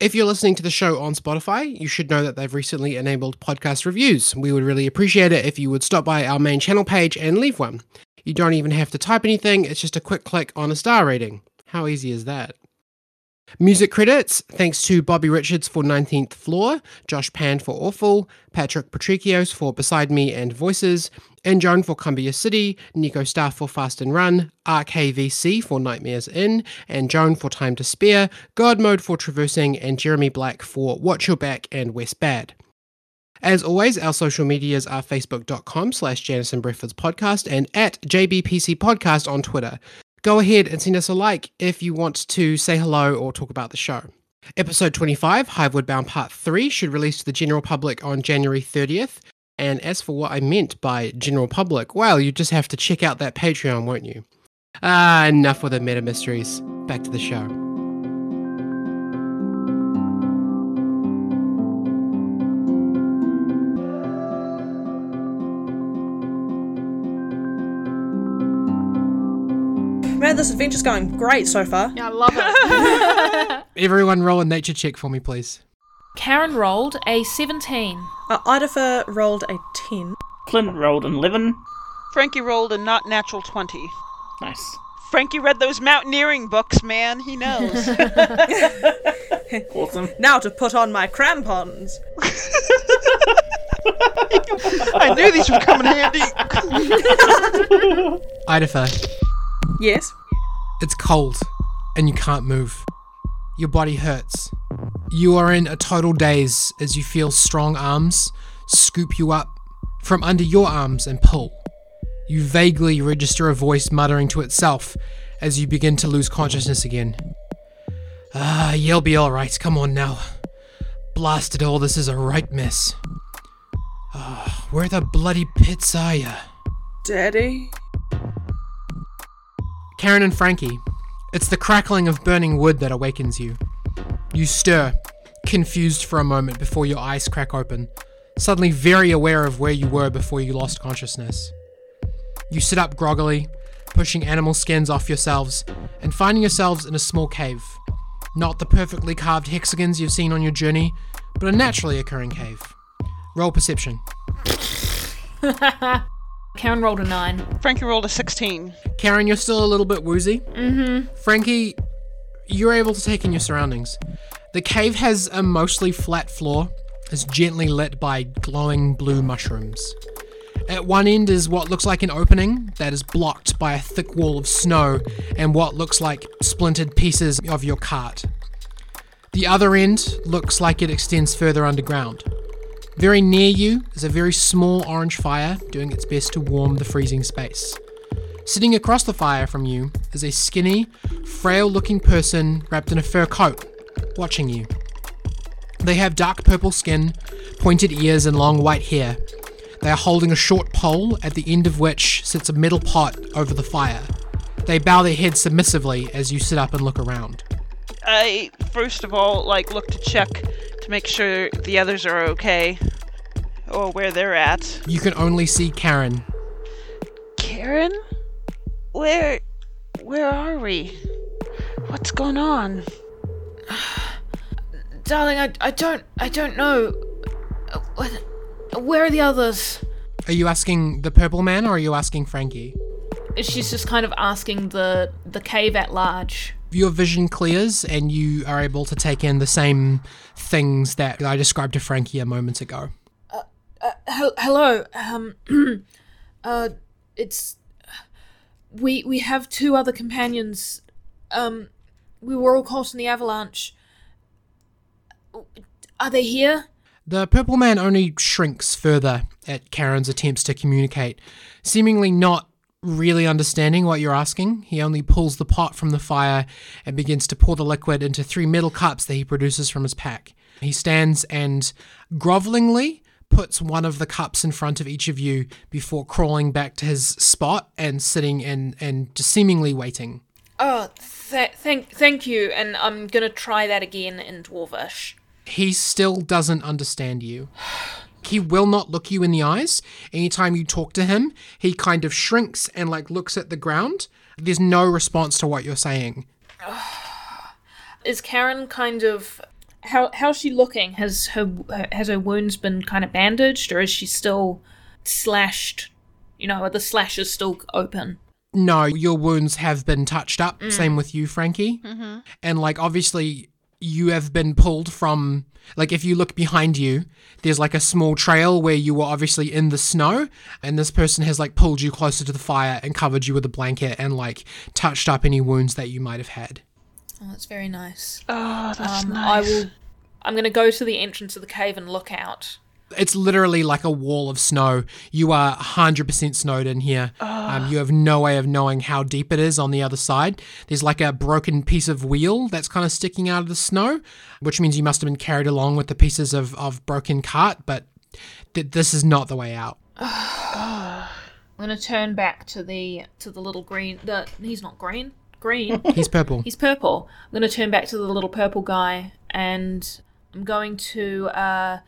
If you're listening to the show on Spotify, you should know that they've recently enabled podcast reviews. We would really appreciate it if you would stop by our main channel page and leave one. You don't even have to type anything, it's just a quick click on a star rating. How easy is that? Music credits thanks to Bobby Richards for 19th Floor, Josh Pan for Awful, Patrick Patricios for Beside Me and Voices, and Joan for Cumbia City, Nico Staff for Fast and Run, RKVC for Nightmares Inn, and Joan for Time to Spare, God Mode for Traversing, and Jeremy Black for Watch Your Back and West Bad. As always, our social medias are facebook.com slash Janison Breakfast Podcast and at JBPC Podcast on Twitter. Go ahead and send us a like if you want to say hello or talk about the show. Episode 25, Hivewood Bound Part 3, should release to the general public on January 30th. And as for what I meant by general public, well, you just have to check out that Patreon, won't you? Ah, enough with the meta mysteries. Back to the show.
Man, this adventure's going great so far.
I love it.
Everyone roll a nature check for me, please.
Karen rolled a 17.
Uh, Idafa rolled a 10.
Flynn rolled an 11.
Frankie rolled a not natural 20.
Nice.
Frankie read those mountaineering books, man. He knows.
Awesome.
Now to put on my crampons.
I knew these would come in handy. [LAUGHS]
Idafa,
Yes.
It's cold and you can't move. Your body hurts. You are in a total daze as you feel strong arms scoop you up from under your arms and pull. You vaguely register a voice muttering to itself as you begin to lose consciousness again. Ah, you'll be alright. Come on now. Blast it all, this is a right mess. Ah, where the bloody pits are ya?
Daddy?
Karen and Frankie, it's the crackling of burning wood that awakens you. You stir, confused for a moment before your eyes crack open, suddenly very aware of where you were before you lost consciousness. You sit up groggily, pushing animal skins off yourselves, and finding yourselves in a small cave. Not the perfectly carved hexagons you've seen on your journey, but a naturally occurring cave. Roll perception.
Karen rolled a 9.
Frankie rolled a 16.
Karen, you're still a little bit woozy. Mm-hmm. Frankie, you're able to take in your surroundings. The cave has a mostly flat floor, is gently lit by glowing blue mushrooms. At one end is what looks like an opening that is blocked by a thick wall of snow and what looks like splintered pieces of your cart. The other end looks like it extends further underground. Very near you is a very small orange fire doing its best to warm the freezing space. Sitting across the fire from you is a skinny, frail looking person wrapped in a fur coat, watching you. They have dark purple skin, pointed ears, and long white hair. They are holding a short pole at the end of which sits a metal pot over the fire. They bow their heads submissively as you sit up and look around.
I first of all like look to check to make sure the others are okay or where they're at.
You can only see Karen.
Karen, where, where are we? What's going on?
Darling, I, I don't I don't know. Uh, what- Where are the others?
Are you asking the purple man or are you asking Frankie?
She's just kind of asking the the cave at large.
Your vision clears and you are able to take in the same things that I described to Frankie a moment ago.
Hel- hello. Um [CLEARS THROAT] uh it's we we have two other companions. Um we were all caught in the avalanche. Are they here?
The purple man only shrinks further at Karen's attempts to communicate, seemingly not really understanding what you're asking. He only pulls the pot from the fire and begins to pour the liquid into three metal cups that he produces from his pack. He stands and grovelingly puts one of the cups in front of each of you before crawling back to his spot and sitting and, and just seemingly waiting.
Oh, th- thank thank you and I'm going to try that again in dwarvish.
he still doesn't understand you. He will not look you in the eyes. Anytime you talk to him, he kind of shrinks and like looks at the ground. There's no response to what you're saying.
is Karen kind of how how's she looking? Has her has her wounds been kind of bandaged, or is she still slashed? You know, are the slashes still open?
No, your wounds have been touched up. Same with you, Frankie. Mm-hmm. And like obviously you have been pulled from like if you look behind you, there's like a small trail where you were obviously in the snow and this person has like pulled you closer to the fire and covered you with a blanket and like touched up any wounds that you might have had.
Oh, that's very nice.
Oh, that's
Um,
nice.
I will. I'm gonna go to the entrance of the cave and look out.
it's literally like a wall of snow. You are 100% snowed in here. Um, you have no way of knowing how deep it is on the other side. There's like a broken piece of wheel that's kind of sticking out of the snow, which means you must have been carried along with the pieces of, of broken cart, but th- this is not the way out.
I'm gonna turn back to the to the little green. The he's not green.
[LAUGHS]
Green.
He's purple.
He's purple. I'm going to turn back to the little purple guy and I'm going to uh,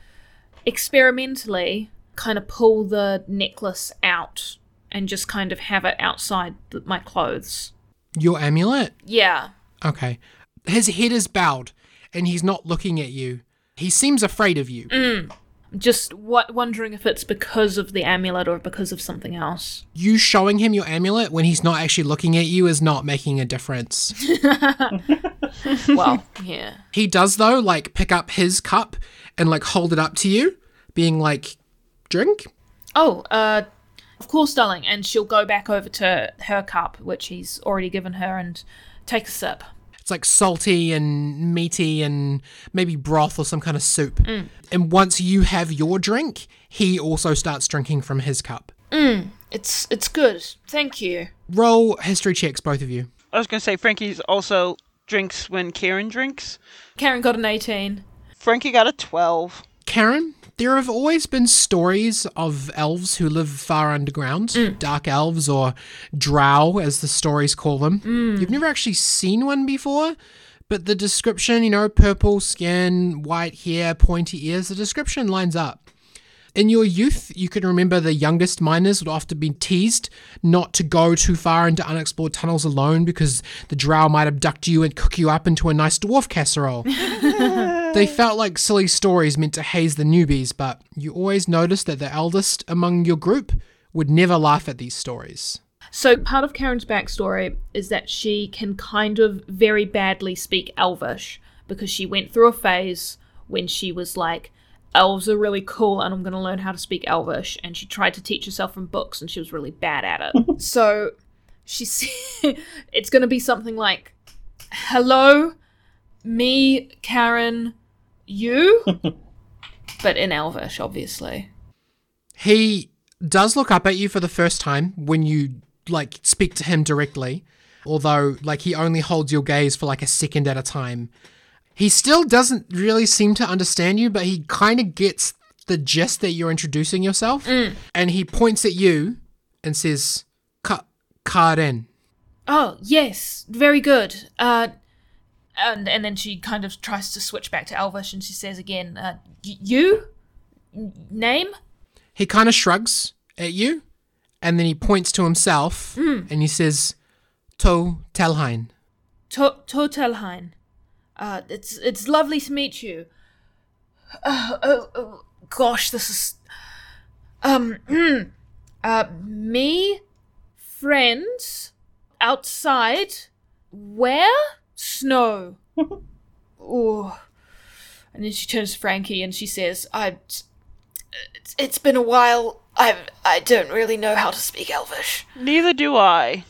experimentally kind of pull the necklace out and just kind of have it outside th- my clothes.
Your amulet?
Yeah.
Okay. His head is bowed and he's not looking at you. He seems afraid of you.
Just what wondering if it's because of the amulet or because of something else.
You showing him your amulet when he's not actually looking at you is not making a difference.
[LAUGHS] Well, yeah.
He does though, like pick up his cup and like hold it up to you, being like, "Drink."
Oh, uh, of course, darling. And she'll go back over to her cup, which he's already given her, and take a sip.
It's like salty and meaty and maybe broth or some kind of soup. And once you have your drink, he also starts drinking from his cup.
It's it's good. Thank you.
Roll history checks, both of you.
I was gonna say Frankie's also drinks when Karen drinks.
Karen got an 18.
Frankie got a twelve.
Karen, there have always been stories of elves who live far underground, dark elves or drow, as the stories call them. You've never actually seen one before, but the description, you know, purple skin, white hair, pointy ears, the description lines up. In your youth, you can remember the youngest miners would often be teased not to go too far into unexplored tunnels alone because the drow might abduct you and cook you up into a nice dwarf casserole. They felt like silly stories meant to haze the newbies, but you always noticed that the eldest among your group would never laugh at these stories.
So part of Karen's backstory is that she can kind of very badly speak Elvish because she went through a phase when she was like elves are really cool and I'm going to learn how to speak elvish. And she tried to teach herself from books and she was really bad at it. so she said, [LAUGHS] it's going to be something like, hello, me, Karen, you. but in elvish, obviously.
He does look up at you for the first time when you like speak to him directly, although like he only holds your gaze for like a second at a time. He still doesn't really seem to understand you, but he kind of gets the gist that you're introducing yourself, and he points at you and says, "Ka- "Karen."
Oh, yes, very good. Uh, and and then she kind of tries to switch back to Elvish and she says again, uh, y- "You N- name?"
He kind of shrugs at you, and then he points to himself and he says, "To Telhain."
To- Totelheim. Uh, it's it's lovely to meet you. Uh, oh, oh, gosh, this is um uh me friends outside where [LAUGHS] snow. Ooh. And then she turns to Frankie and she says, "I it's, it's been a while. I I don't really know how to speak Elvish."
Neither do [LAUGHS] I.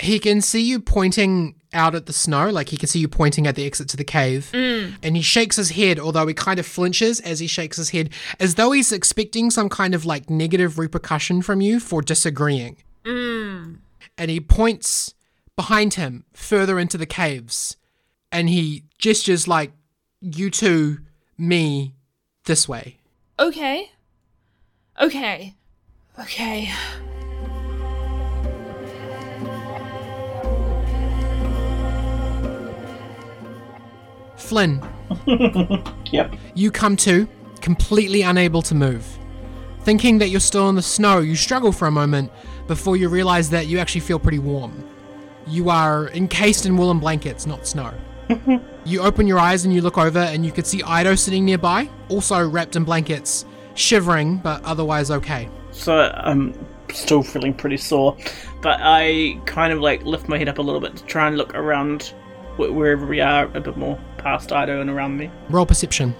he can see you pointing out at the snow, like he can see you pointing at the exit to the cave. And he shakes his head, although he kind of flinches as he shakes his head, as though he's expecting some kind of like negative repercussion from you for disagreeing. And he points behind him further into the caves and he gestures like, you two, me, this way.
Okay. Okay. Okay.
Flynn,
Yep.
You come to, completely unable to move. Thinking that you're still in the snow, you struggle for a moment before you realize that you actually feel pretty warm. You are encased in woolen blankets, not snow. you open your eyes and you look over, and you can see Ido sitting nearby, also wrapped in blankets, shivering but otherwise okay.
So I'm still feeling pretty sore, but I kind of like lift my head up a little bit to try and look around wh- wherever we are a bit more past Ido and around me.
Roll perception.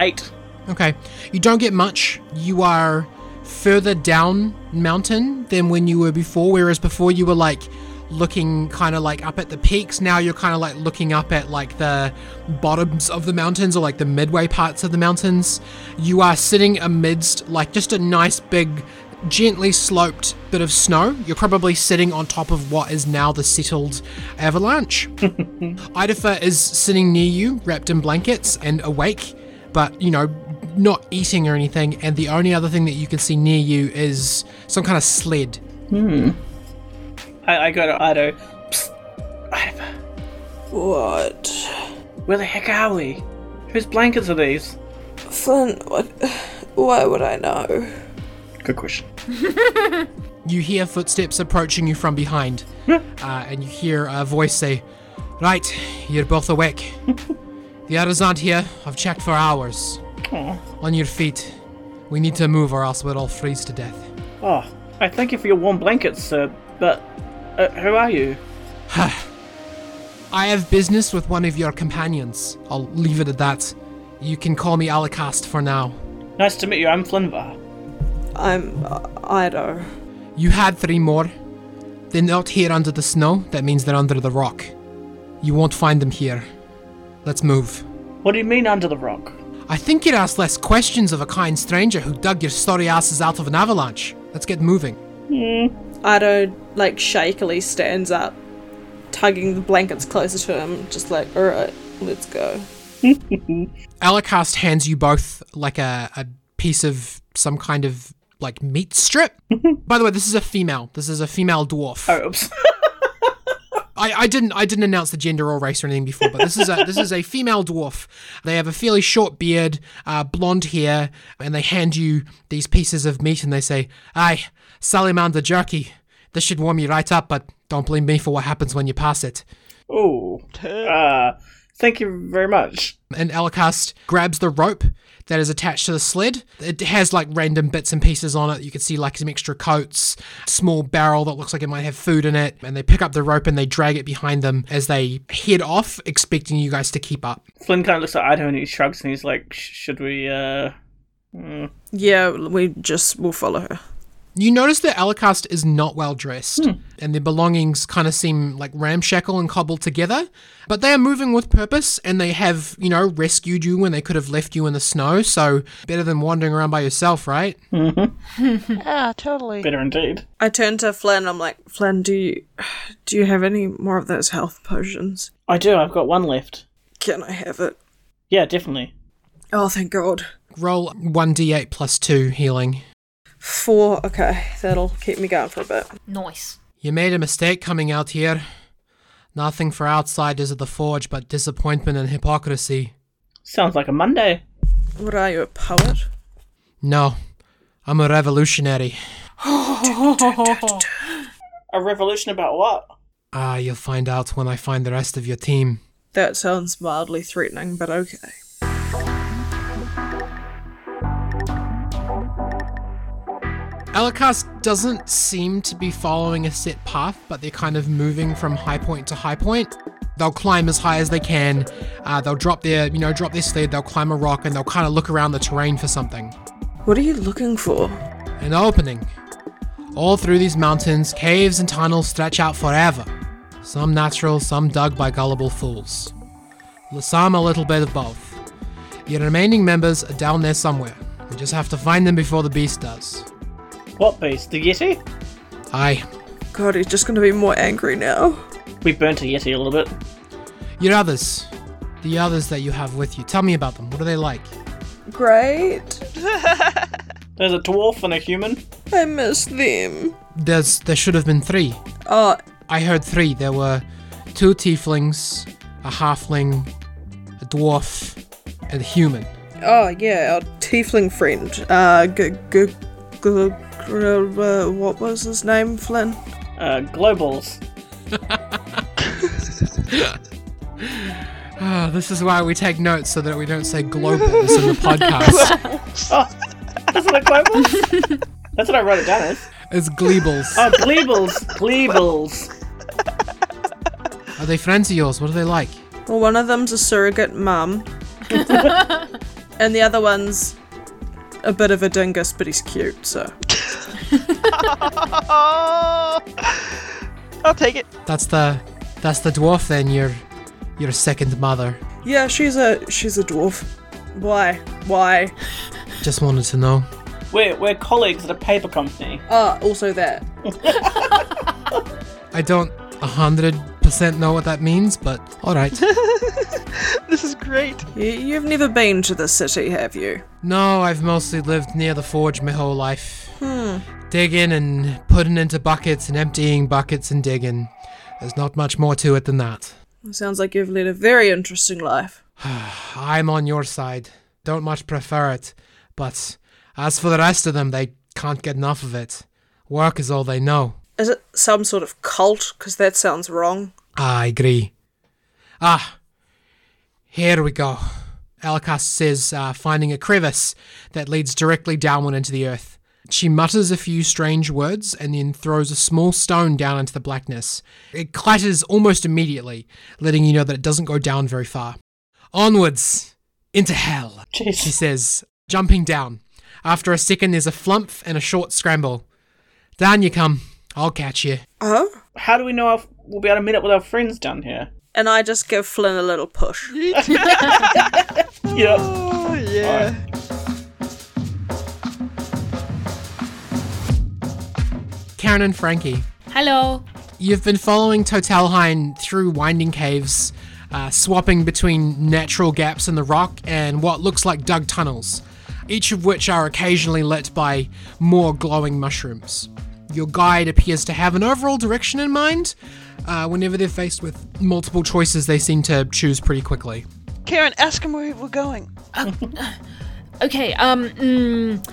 Eight.
Okay. You don't get much. You are further down mountain than when you were before, whereas before you were like looking kind of like up at the peaks. Now you're kind of like looking up at like the bottoms of the mountains or like the midway parts of the mountains. You are sitting amidst like just a nice big gently sloped bit of snow. You're probably sitting on top of what is now the settled avalanche. Idafa is sitting near you, wrapped in blankets and awake, but you know, not eating or anything. And the only other thing that you can see near you is some kind of sled.
I, I go to Ido. Psst, Ido,
What?
where the heck are we? Whose blankets are these?
Flynn, what? Why would I know?
Good question.
You hear footsteps approaching you from behind, uh, and you hear a voice say, "Right, you're both awake. the others aren't here. I've checked for hours.
Aw.
On your feet. We need to move, or else we'll all freeze to death."
Oh, I thank you for your warm blankets, sir, but uh, who are you?
I have business with one of your companions. I'll leave it at that. You can call me Alicast for now.
Nice to meet you, I'm Flinvar.
I'm uh, Ido.
You had three more. They're not here under the snow, that means they're under the rock. You won't find them here. Let's move.
What do you mean under the rock?
I think you'd ask less questions of a kind stranger who dug your sorry asses out of an avalanche. Let's get moving.
Ido, like, shakily stands up, tugging the blankets closer to him, just like, alright, let's go.
Alicast hands you both like a, a piece of some kind of like meat
[LAUGHS]
strip. By the way, this is a female. This is a female dwarf.
Oh, oops.
[LAUGHS] I, I didn't I didn't announce the gender or race or anything before, but this is a this is a female dwarf. They have a fairly short beard, uh, blonde hair, and they hand you these pieces of meat and they say, "Aye, salamander jerky. This should warm you right up, but don't blame me for what happens when you pass it."
Oh. Ah. Thank you very much.
and Alucast grabs the rope that is attached to the sled. It has like random bits and pieces on it. You can see like some extra coats, small barrel that looks like it might have food in it, and they pick up the rope and they drag it behind them as they head off, expecting you guys to keep up.
Flynn kind of looks at Idaho and he shrugs and he's like, "Sh- "Should we?" uh...
Yeah, we just will follow her.
You notice that Alucast is not well dressed, and their belongings kind of seem like ramshackle and cobbled together. But they are moving with purpose, and they have, you know, rescued you when they could have left you in the snow. So better than wandering around by yourself, right?
Mm-hmm.
Yeah, Ah, totally.
Better indeed.
I turn to Flynn. I'm like, Flynn, do you do you have any more of those health potions?
I do. I've got one left.
Can I have it?
Yeah, definitely.
Oh, thank God.
Roll one d8 plus two healing.
Four. Okay, that'll keep me going for a bit.
Nice.
You made a mistake coming out here. Nothing for outsiders of the forge but disappointment and hypocrisy.
Sounds like a Monday.
What are you, a poet?
No, I'm a revolutionary.
A revolution about what?
Ah, you'll find out when I find the rest of your team.
That sounds mildly threatening, but okay.
Alucast doesn't seem to be following a set path, but they're kind of moving from high point to high point. They'll climb as high as they can. Uh, they'll drop their, you know, drop their sled. They'll climb a rock and they'll kind of look around the terrain for something.
What are you looking for?
An opening. All through these mountains, caves and tunnels stretch out forever. Some natural, some dug by gullible fools. Some a little bit of both. Your remaining members are down there somewhere. You just have to find them before the beast does.
What beast? The Yeti?
Aye.
God, he's just going to be more angry now.
We burnt a Yeti a little bit.
Your others. The others that you have with you. Tell me about them. What are they like?
Great.
There's a dwarf and a human.
I miss them.
There's there should have been three.
Oh,
I heard three. There were two tieflings, a halfling, a dwarf, and a human.
oh yeah, our tiefling friend. Uh, g- g- g- gr- uh, what was his name, Flynn?
Uh, globals. [LAUGHS]
Ah, this is why we take notes so that we don't say globals in the podcast.
Oh, isn't it globals? [LAUGHS] That's what I wrote it down as.
It's gleebles.
Oh, glebals. glebals.
Are they friends of yours? What are they like?
Well, one of them's a surrogate mum, and the other one's a bit of a dingus, but he's cute. So
Oh, I'll take it.
That's the that's the dwarf then, your your second mother.
yeah, she's a she's a dwarf. Why? Why?
Just wanted to know.
We're, we're colleagues at a paper company.
Ah, also that.
I don't a hundred percent know what that means, but alright.
This is great.
You, you've never been to the city, have you?
No, I've mostly lived near the forge my whole life. Digging and putting into buckets and emptying buckets and digging. There's not much more to it than that.
Sounds like you've led a very interesting life.
[SIGHS] I'm on your side. Don't much prefer it. But as for the rest of them, they can't get enough of it. Work is all they know.
Is it some sort of cult? Because that sounds wrong.
I agree. Ah, here we go. Alucast says, uh, finding a crevice that leads directly downward into the earth. She mutters a few strange words and then throws a small stone down into the blackness. It clatters almost immediately, letting you know that it doesn't go down very far. Onwards into hell, she
Jeez.
says, jumping down. After a second, there's a flump and a short scramble. Down you come. I'll catch you.
Oh?
How do we know if we'll be able to meet up with our friends down here?
And I just give Flynn a little push.
Yep.
Oh yeah.
Karen and Frankie.
Hello.
You've been following Totalhine through winding caves, uh, swapping between natural gaps in the rock and what looks like dug tunnels, each of which are occasionally lit by more glowing mushrooms. Your guide appears to have an overall direction in mind. Uh, whenever they're faced with multiple choices, they seem to choose pretty quickly.
Karen, ask him where we're going.
Okay, um, mm,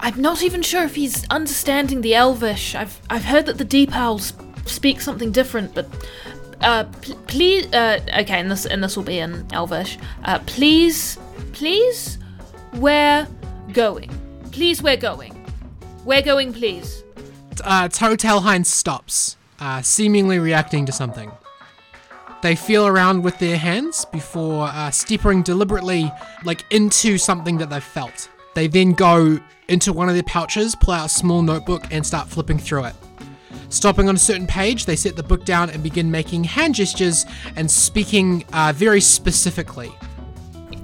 I'm not even sure if he's understanding the Elvish. I've I've heard that the Deep Owls speak something different, but uh, pl- please. Uh, okay, and this and this will be in Elvish. Uh, please, please, we're going. Please, we're going. We're going, please.
uh, Totelheim stops, uh, seemingly reacting to something. They feel around with their hands before uh, stepping deliberately, like into something that they've felt. They then go into one of their pouches, pull out a small notebook, and start flipping through it. Stopping on a certain page, they set the book down and begin making hand gestures and speaking uh, very specifically.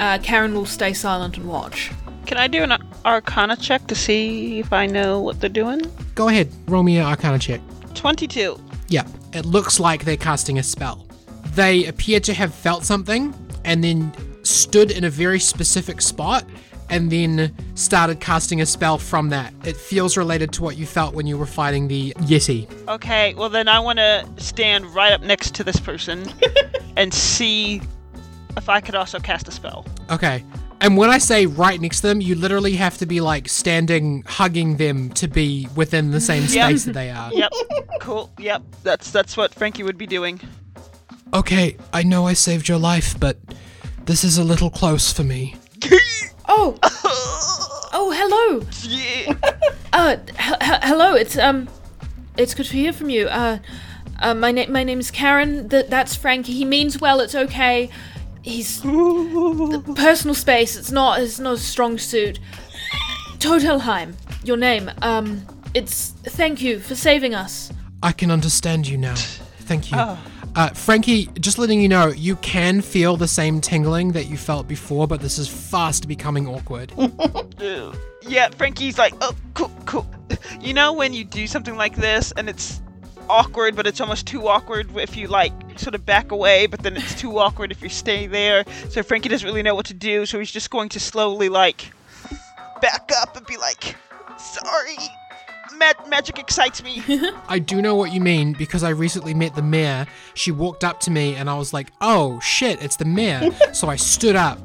Uh, Karen will stay silent and watch.
Can I do an arcana check to see if I know what they're doing?
Go ahead, roll me an Arcana check.
22.
Yeah, it looks like they're casting a spell. They appear to have felt something and then stood in a very specific spot and then started casting a spell from that. It feels related to what you felt when you were fighting the Yeti.
Okay, well then I want to stand right up next to this person and see if I could also cast a spell.
Okay. And when I say right next to them, you literally have to be like standing, hugging them to be within the same
Yeah.
space that they are.
Yep. cool. Yep. That's that's what Frankie would be doing.
Okay, I know I saved your life, but this is a little close for me.
Oh. oh, hello.
Yeah.
Uh, he- he- hello. It's um, it's good to hear from you. Uh, uh my name my name's Karen. Th- that's Frank. He means well. It's okay. [LAUGHS] He's the personal space. It's not. It's not a strong suit. Totelheim, your name. Um, it's thank you for saving us.
I can understand you now. Thank you. Uh, Frankie, just letting you know, you can feel the same tingling that you felt before, but this is fast becoming awkward.
Ew. yeah, Frankie's like, oh, cool, cool. You know when you do something like this and it's awkward, but it's almost too awkward if you like sort of back away, but then it's too awkward if you stay there. So Frankie doesn't really know what to do, so he's just going to slowly like back up and be like, sorry, mag- magic excites me.
I do know what you mean because I recently met the mayor. She walked up to me and I was like, oh shit, it's the mayor. so I stood up.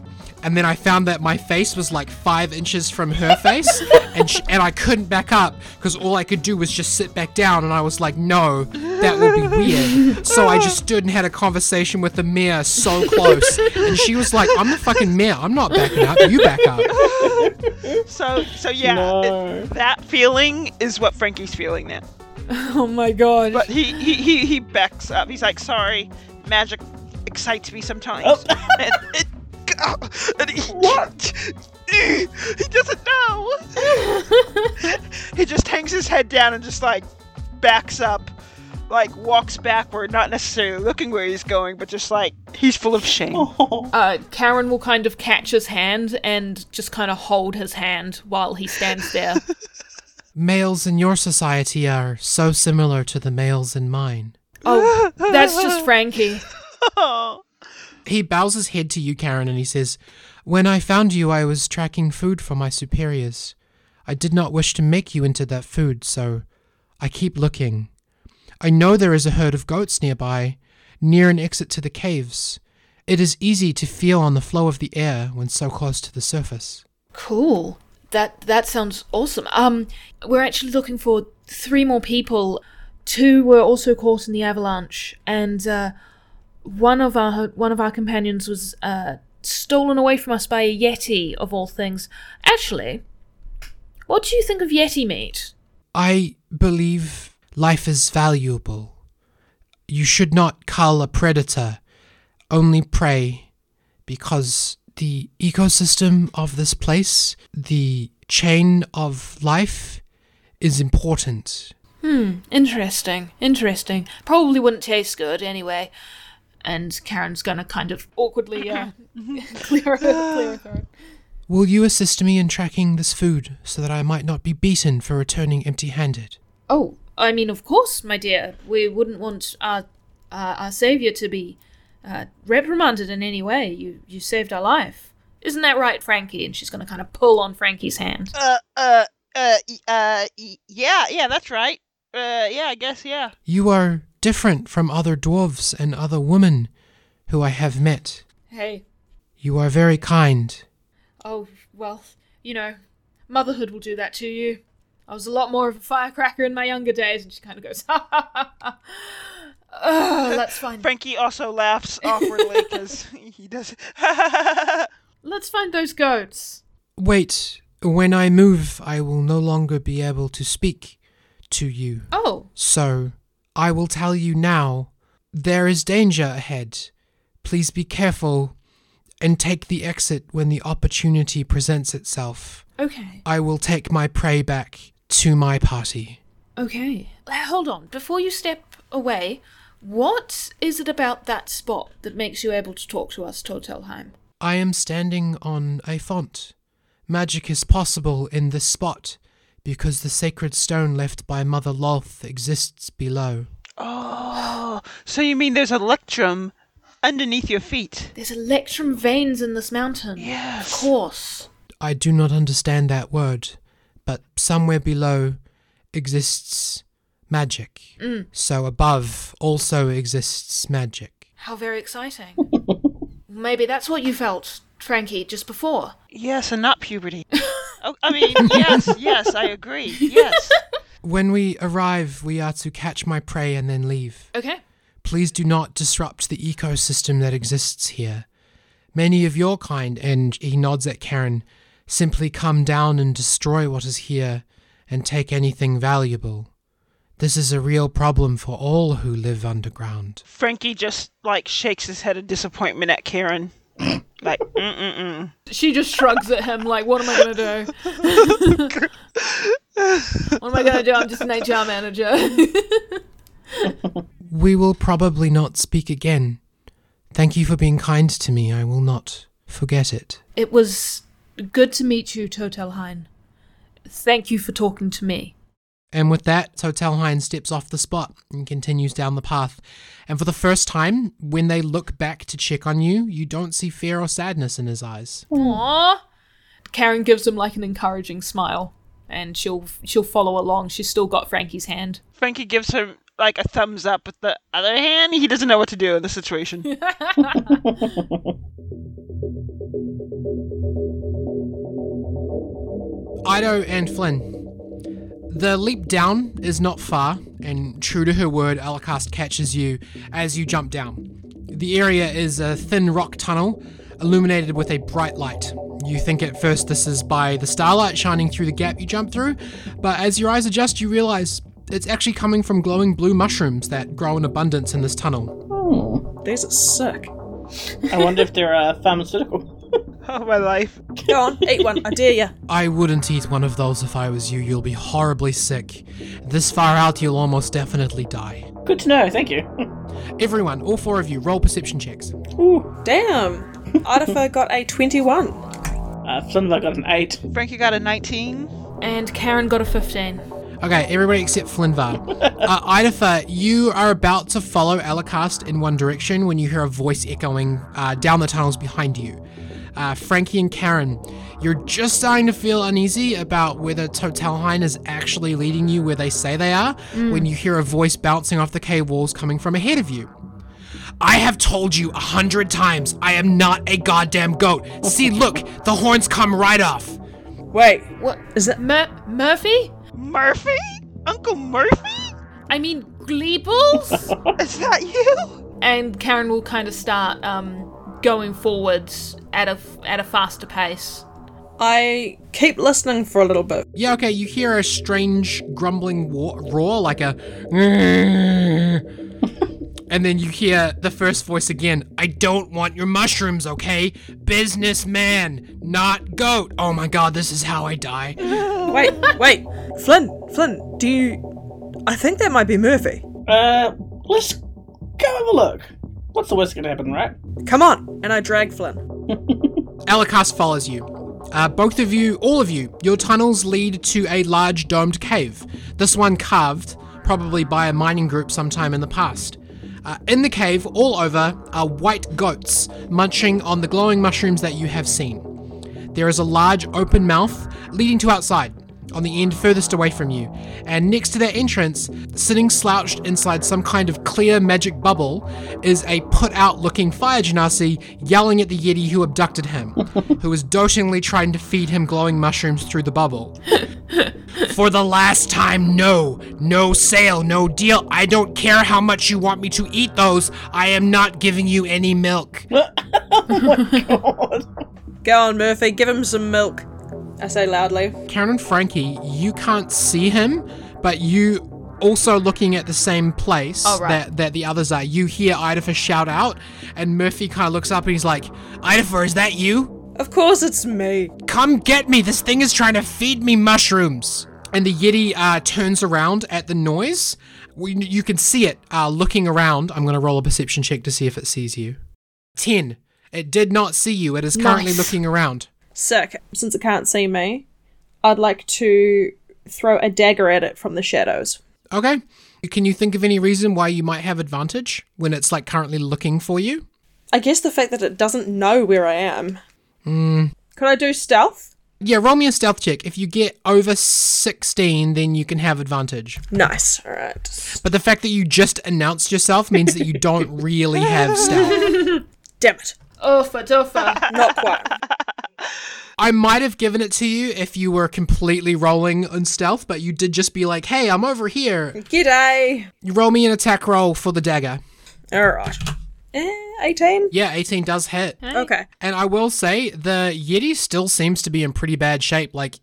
And then I found that my face was like five inches from her face, and sh- and I couldn't back up because all I could do was just sit back down, and I was like, "No, that would be weird." So I just stood and had a conversation with the mayor so close, and she was like, "I'm the fucking mayor. I'm not backing up. You back up."
so, so yeah,
No.
it- that feeling is what Frankie's feeling now.
[LAUGHS] Oh my god.
But he, he, he, he backs up. He's like, sorry, magic excites me sometimes. [LAUGHS] and it, oh, and he, what? He doesn't know. [LAUGHS] he just hangs his head down and just like backs up, like walks backward, not necessarily looking where he's going, but just like he's full of shame.
Uh, Karen will kind of catch his hand and just kind of hold his hand while he stands [LAUGHS] there.
Males in your society are so similar to the males in mine.
oh, that's just Frankie.
He bows his head to you, Karen, and he says, When I found you, I was tracking food for my superiors. I did not wish to make you into that food, so I keep looking. I know there is a herd of goats nearby, near an exit to the caves. It is easy to feel on the flow of the air when so close to the surface.
Cool. That that sounds awesome. Um, we're actually looking for three more people. Two were also caught in the avalanche, and uh, one of our one of our companions was uh, stolen away from us by a yeti of all things. Actually, what do you think of yeti meat?
I believe life is valuable. You should not cull a predator, only prey, because the ecosystem of this place, the chain of life, is important.
Interesting. Interesting. Probably wouldn't taste good anyway. And Karen's gonna kind [LAUGHS] of awkwardly uh, clear her clear her throat.
Will you assist me in tracking this food so that I might not be beaten for returning empty handed?
Oh, I mean, of course, my dear. We wouldn't want our uh, our savior to be uh, reprimanded in any way. You you saved our life. Isn't that right, Frankie? And she's gonna kind of pull on Frankie's hand.
Uh, uh, uh, y- uh, y- yeah, yeah, that's right. Uh, yeah, I guess, yeah.
You are different from other dwarves and other women who I have met.
Hey.
You are very kind.
Oh well, you know, motherhood will do that to [LAUGHS] you. I was a lot more of a firecracker in my younger days, and she kind of goes, ha ha ha. ha. Oh, let's find
Frankie also laughs awkwardly because he does. [LAUGHS]
let's find those goats.
Wait, when I move, I will no longer be able to speak to you.
Oh,
So I will tell you now there is danger ahead. Please be careful and take the exit when the opportunity presents itself.
okay,
I will take my prey back to my party.
okay. Uh, Hold on, before you step away, what is it about that spot that makes you able to talk to us, Totelheim?
I am standing on a font. Magic is possible in this spot because the sacred stone left by Mother Loth exists below.
oh, so you mean there's electrum underneath your feet?
There's electrum veins in this mountain.
Yes.
Of course.
I do not understand that word, but somewhere below exists magic. So above also exists magic.
How very exciting. Maybe that's what you felt, Frankie, just before.
Yes, and not puberty. oh, I mean, yes, yes, I agree. Yes.
When we arrive, we are to catch my prey and then leave.
Okay.
Please do not disrupt the ecosystem that exists here. Many of your kind, and he nods at Karen, simply come down and destroy what is here and take anything valuable. This is a real problem for all who live underground.
Frankie just like shakes his head in disappointment at Karen. like, mm mm mm.
She just shrugs at him, like, what am I gonna do? what am I gonna do? I'm just an HR manager.
We will probably not speak again. Thank you for being kind to me. I will not forget it.
[LAUGHS] it was good to meet you, Totelheim. Thank you for talking to me.
And with that, Totelheim steps off the spot and continues down the path. And for the first time, when they look back to check on you, you don't see fear or sadness in his eyes.
Aww. Karen gives him like an encouraging smile, and she'll she'll follow along. She's still got Frankie's hand.
Frankie gives him like a thumbs up with the other hand. He doesn't know what to do in this situation.
Ido and Flynn. The leap down is not far, and true to her word, Alacast catches you as you jump down. The area is a thin rock tunnel, illuminated with a bright light. You think at first this is by the starlight shining through the gap you jump through, but as your eyes adjust, you realize it's actually coming from glowing blue mushrooms that grow in abundance in this tunnel.
These are sick.
I wonder if they're uh, pharmaceutical.
oh my life.
Go on, eat one. I dare ya.
I wouldn't eat one of those if I was you, you'll be horribly sick. This far out, you'll almost definitely die.
Good to know. Thank you.
Everyone, all four of you, roll perception checks.
Ooh.
Damn. Artifa got a 21.
Uh, Flinva got an eight.
Frankie got a 19.
And Karen got a fifteen.
Okay, everybody except Flinvar. Uh, Idafa, you are about to follow Alacast in one direction when you hear a voice echoing uh, down the tunnels behind you. Uh, Frankie and Karen, you're just starting to feel uneasy about whether Totalhine is actually leading you where they say they are when you hear a voice bouncing off the cave walls coming from ahead of you. I have told you a hundred times I am not a goddamn goat. See, look, the horns come right off.
Wait.
What
Is that-
Mur- Murphy?
Murphy? Uncle Murphy?
I mean
[LAUGHS]
Gleebles?
Is that you?
and Karen will kind of start um, going forwards at a at a faster pace.
I keep listening for a little bit.
Yeah, okay, you hear a strange grumbling wa- roar, like a. [LAUGHS] and then you hear the first voice again I don't want your mushrooms, okay? Businessman, not goat. Oh my god, this is how I die.
Wait, wait. Flynn, Flynn, do you. I think that might be Murphy.
Uh, let's go have a look. What's the worst that can happen, right?
Come on. And I drag Flynn.
Alacast follows you. Uh, both of you, all of you, your tunnels lead to a large domed cave. This one carved, probably by a mining group sometime in the past. Uh, in the cave, all over, are white goats munching on the glowing mushrooms that you have seen. There is a large open mouth leading to outside. on the end furthest away from you. And next to that entrance, sitting slouched inside some kind of clear magic bubble, is a put out looking fire genasi yelling at the Yeti who abducted him, who is dotingly trying to feed him glowing mushrooms through the bubble. For the last time, no. No sale, no deal. I don't care how much you want me to eat those. I am not giving you any milk.
Go on, Murphy, give him some milk. I say loudly.
Karen and Frankie, you can't see him, but you also looking at the same place
Oh, right.
that, that the others are. You hear Idafer shout out, and Murphy kind of looks up and he's like, Idafer, is that you?
Of course it's me.
Come get me. This thing is trying to feed me mushrooms. And the Yeti uh, turns around at the noise. We, you can see it uh, looking around. I'm going to roll a perception check to see if it sees you. 10. It did not see you. It is currently
Nice.
looking around.
Sick. Since it can't see me, I'd like to throw a dagger at it from the shadows.
Okay. Can you think of any reason why you might have advantage when it's like currently looking for you?
I guess the fact that it doesn't know where I am. Hmm. Could I do stealth?
Yeah, roll me a stealth check. If you get over 16, then you can have advantage.
Nice. All right.
But the fact that you just announced yourself means that you don't really have stealth.
Damn it. [LAUGHS]
Oofa doofa.
Not quite.
I might have given it to you if you were completely rolling on stealth, but you did just be like, hey, I'm over here.
G'day.
You roll me an attack roll for the dagger.
All right. Eh, 18?
Yeah, 18 does hit.
Okay.
And I will say the Yeti still seems to be in pretty bad shape. Like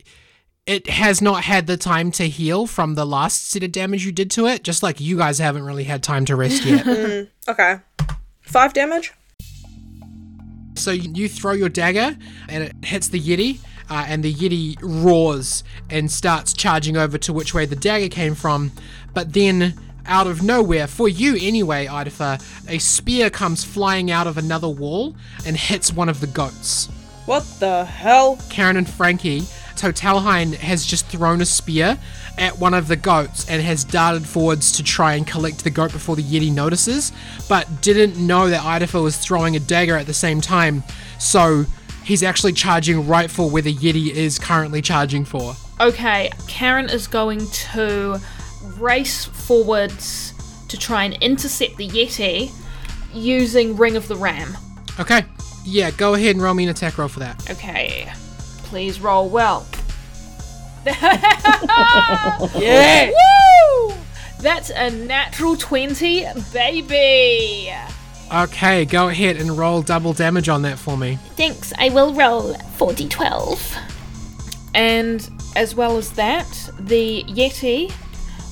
it has not had the time to heal from the last set of damage you did to it, just like you guys haven't really had time to rest yet.
Okay. Five damage?
so you you throw your dagger and it hits the Yeti. Uh, and the Yeti roars and starts charging over to which way the dagger came from. But then, out of nowhere, for you anyway, Idafa, a spear comes flying out of another wall and hits one of the goats.
What the hell?
Karen and Frankie, Totalhine has just thrown a spear at one of the goats and has darted forwards to try and collect the goat before the Yeti notices, but didn't know that Idafa was throwing a dagger at the same time, so he's actually charging right for where the Yeti is currently charging for.
Okay, Karen is going to race forwards to try and intercept the Yeti using Ring of the Ram.
Okay. Yeah, go ahead and roll me an attack roll for that.
Okay, please roll well. [LAUGHS]
Yeah.
Woo! That's a natural 20, baby!
Okay, go ahead and roll double damage on that for me.
Thanks, I will roll 4d12. And as well as that, the Yeti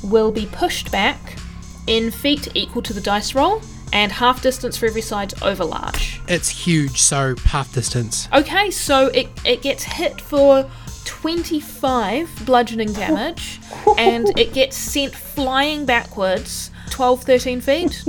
will be pushed back in feet equal to the dice roll and half distance for every side over large.
It's huge, so half distance.
Okay, so it, it gets hit for 25
[LAUGHS]
bludgeoning damage and it gets sent flying backwards 12, 13
[LAUGHS]
feet.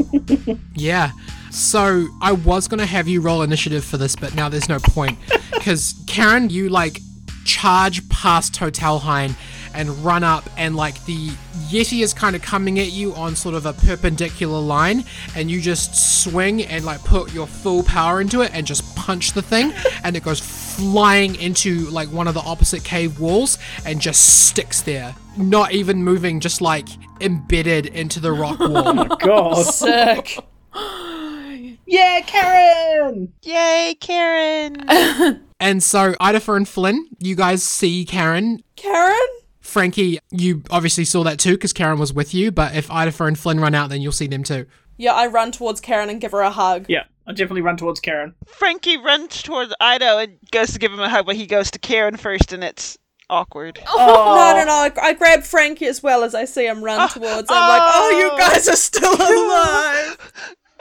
Yeah. So I was gonna have you roll initiative for this, but now there's no point because Karen, you like charge past Totalhine and run up, and like the Yeti is kind of coming at you on sort of a perpendicular line, and you just swing and like put your full power into it and just punch the thing, and it goes flying into like one of the opposite cave walls and just sticks there, not even moving, just like embedded into the rock wall.
God.
Sick.
yeah, Karen!
Yay, Karen!
And so, Idafer and Flynn, you guys see Karen.
[LAUGHS] Karen?
Frankie, you obviously saw that too because Karen was with you. But if Idafer and Flynn run out, then you'll see them too.
Yeah, I run towards Karen and give her a hug.
[LAUGHS] Yeah, I'll definitely run towards Karen.
Frankie runs towards Ido and goes to give him a hug, but he goes to Karen first, and it's awkward.
No, no, no. I, I grab Frankie as well as I see him run towards. I'm like, oh, you guys are still alive.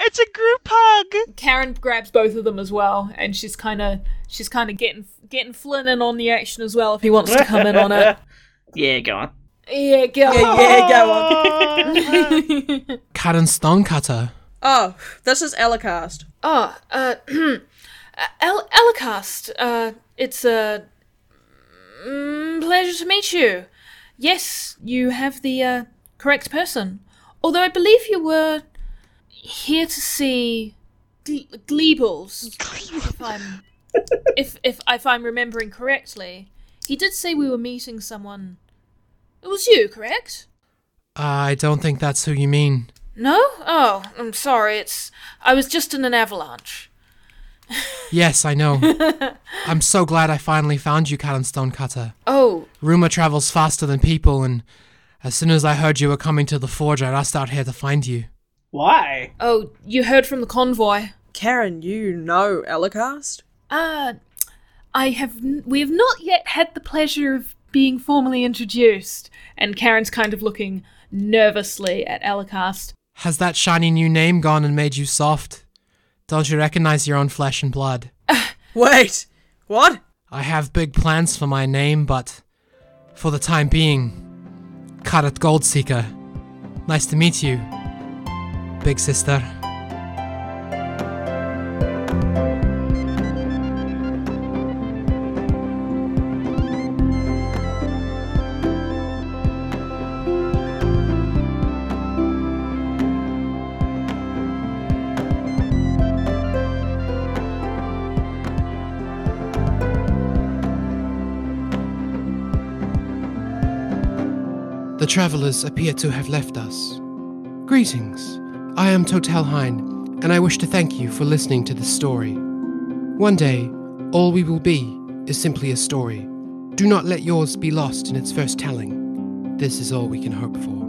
It's a group hug.
Karen grabs both of them as well, and she's kind of she's kind of getting getting Flynn in on the action as well if he wants to come in
[LAUGHS]
on it.
Yeah, go on.
Yeah, go.
yeah, go on.
Karen Stonecutter.
Oh, this is Alicast.
Oh, uh, [CLEARS THROAT] El- Elicast, uh, it's a mm, pleasure to meet you. Yes, you have the uh, correct person. Although I believe you were here to see Gle- Gleebles, if I'm if, if if I'm remembering correctly. He did say we were meeting someone It was you, correct?
I don't think that's who you mean.
No? Oh, I'm sorry. It's I was just in an avalanche.
Yes, I know. I'm so glad I finally found you, Callum Stonecutter.
Oh,
Rumor travels faster than people, and as soon as I heard you were coming to the forge, I rushed out here to find you.
Why?
oh, you heard from the convoy.
Karen, you know Elicast?
Uh, I have. N- we have not yet had the pleasure of being formally introduced. And Karen's kind of looking nervously at Alicast.
Has that shiny new name gone and made you soft? Don't you recognize your own flesh and blood?
Wait, what?
I have big plans for my name, but for the time being, Karat Goldseeker. Nice to meet you, big sister. The travelers appear to have left us. Greetings. I am Total Hein, and I wish to thank you for listening to this story. One day, all we will be is simply a story. Do not let yours be lost in its first telling. This is all we can hope for.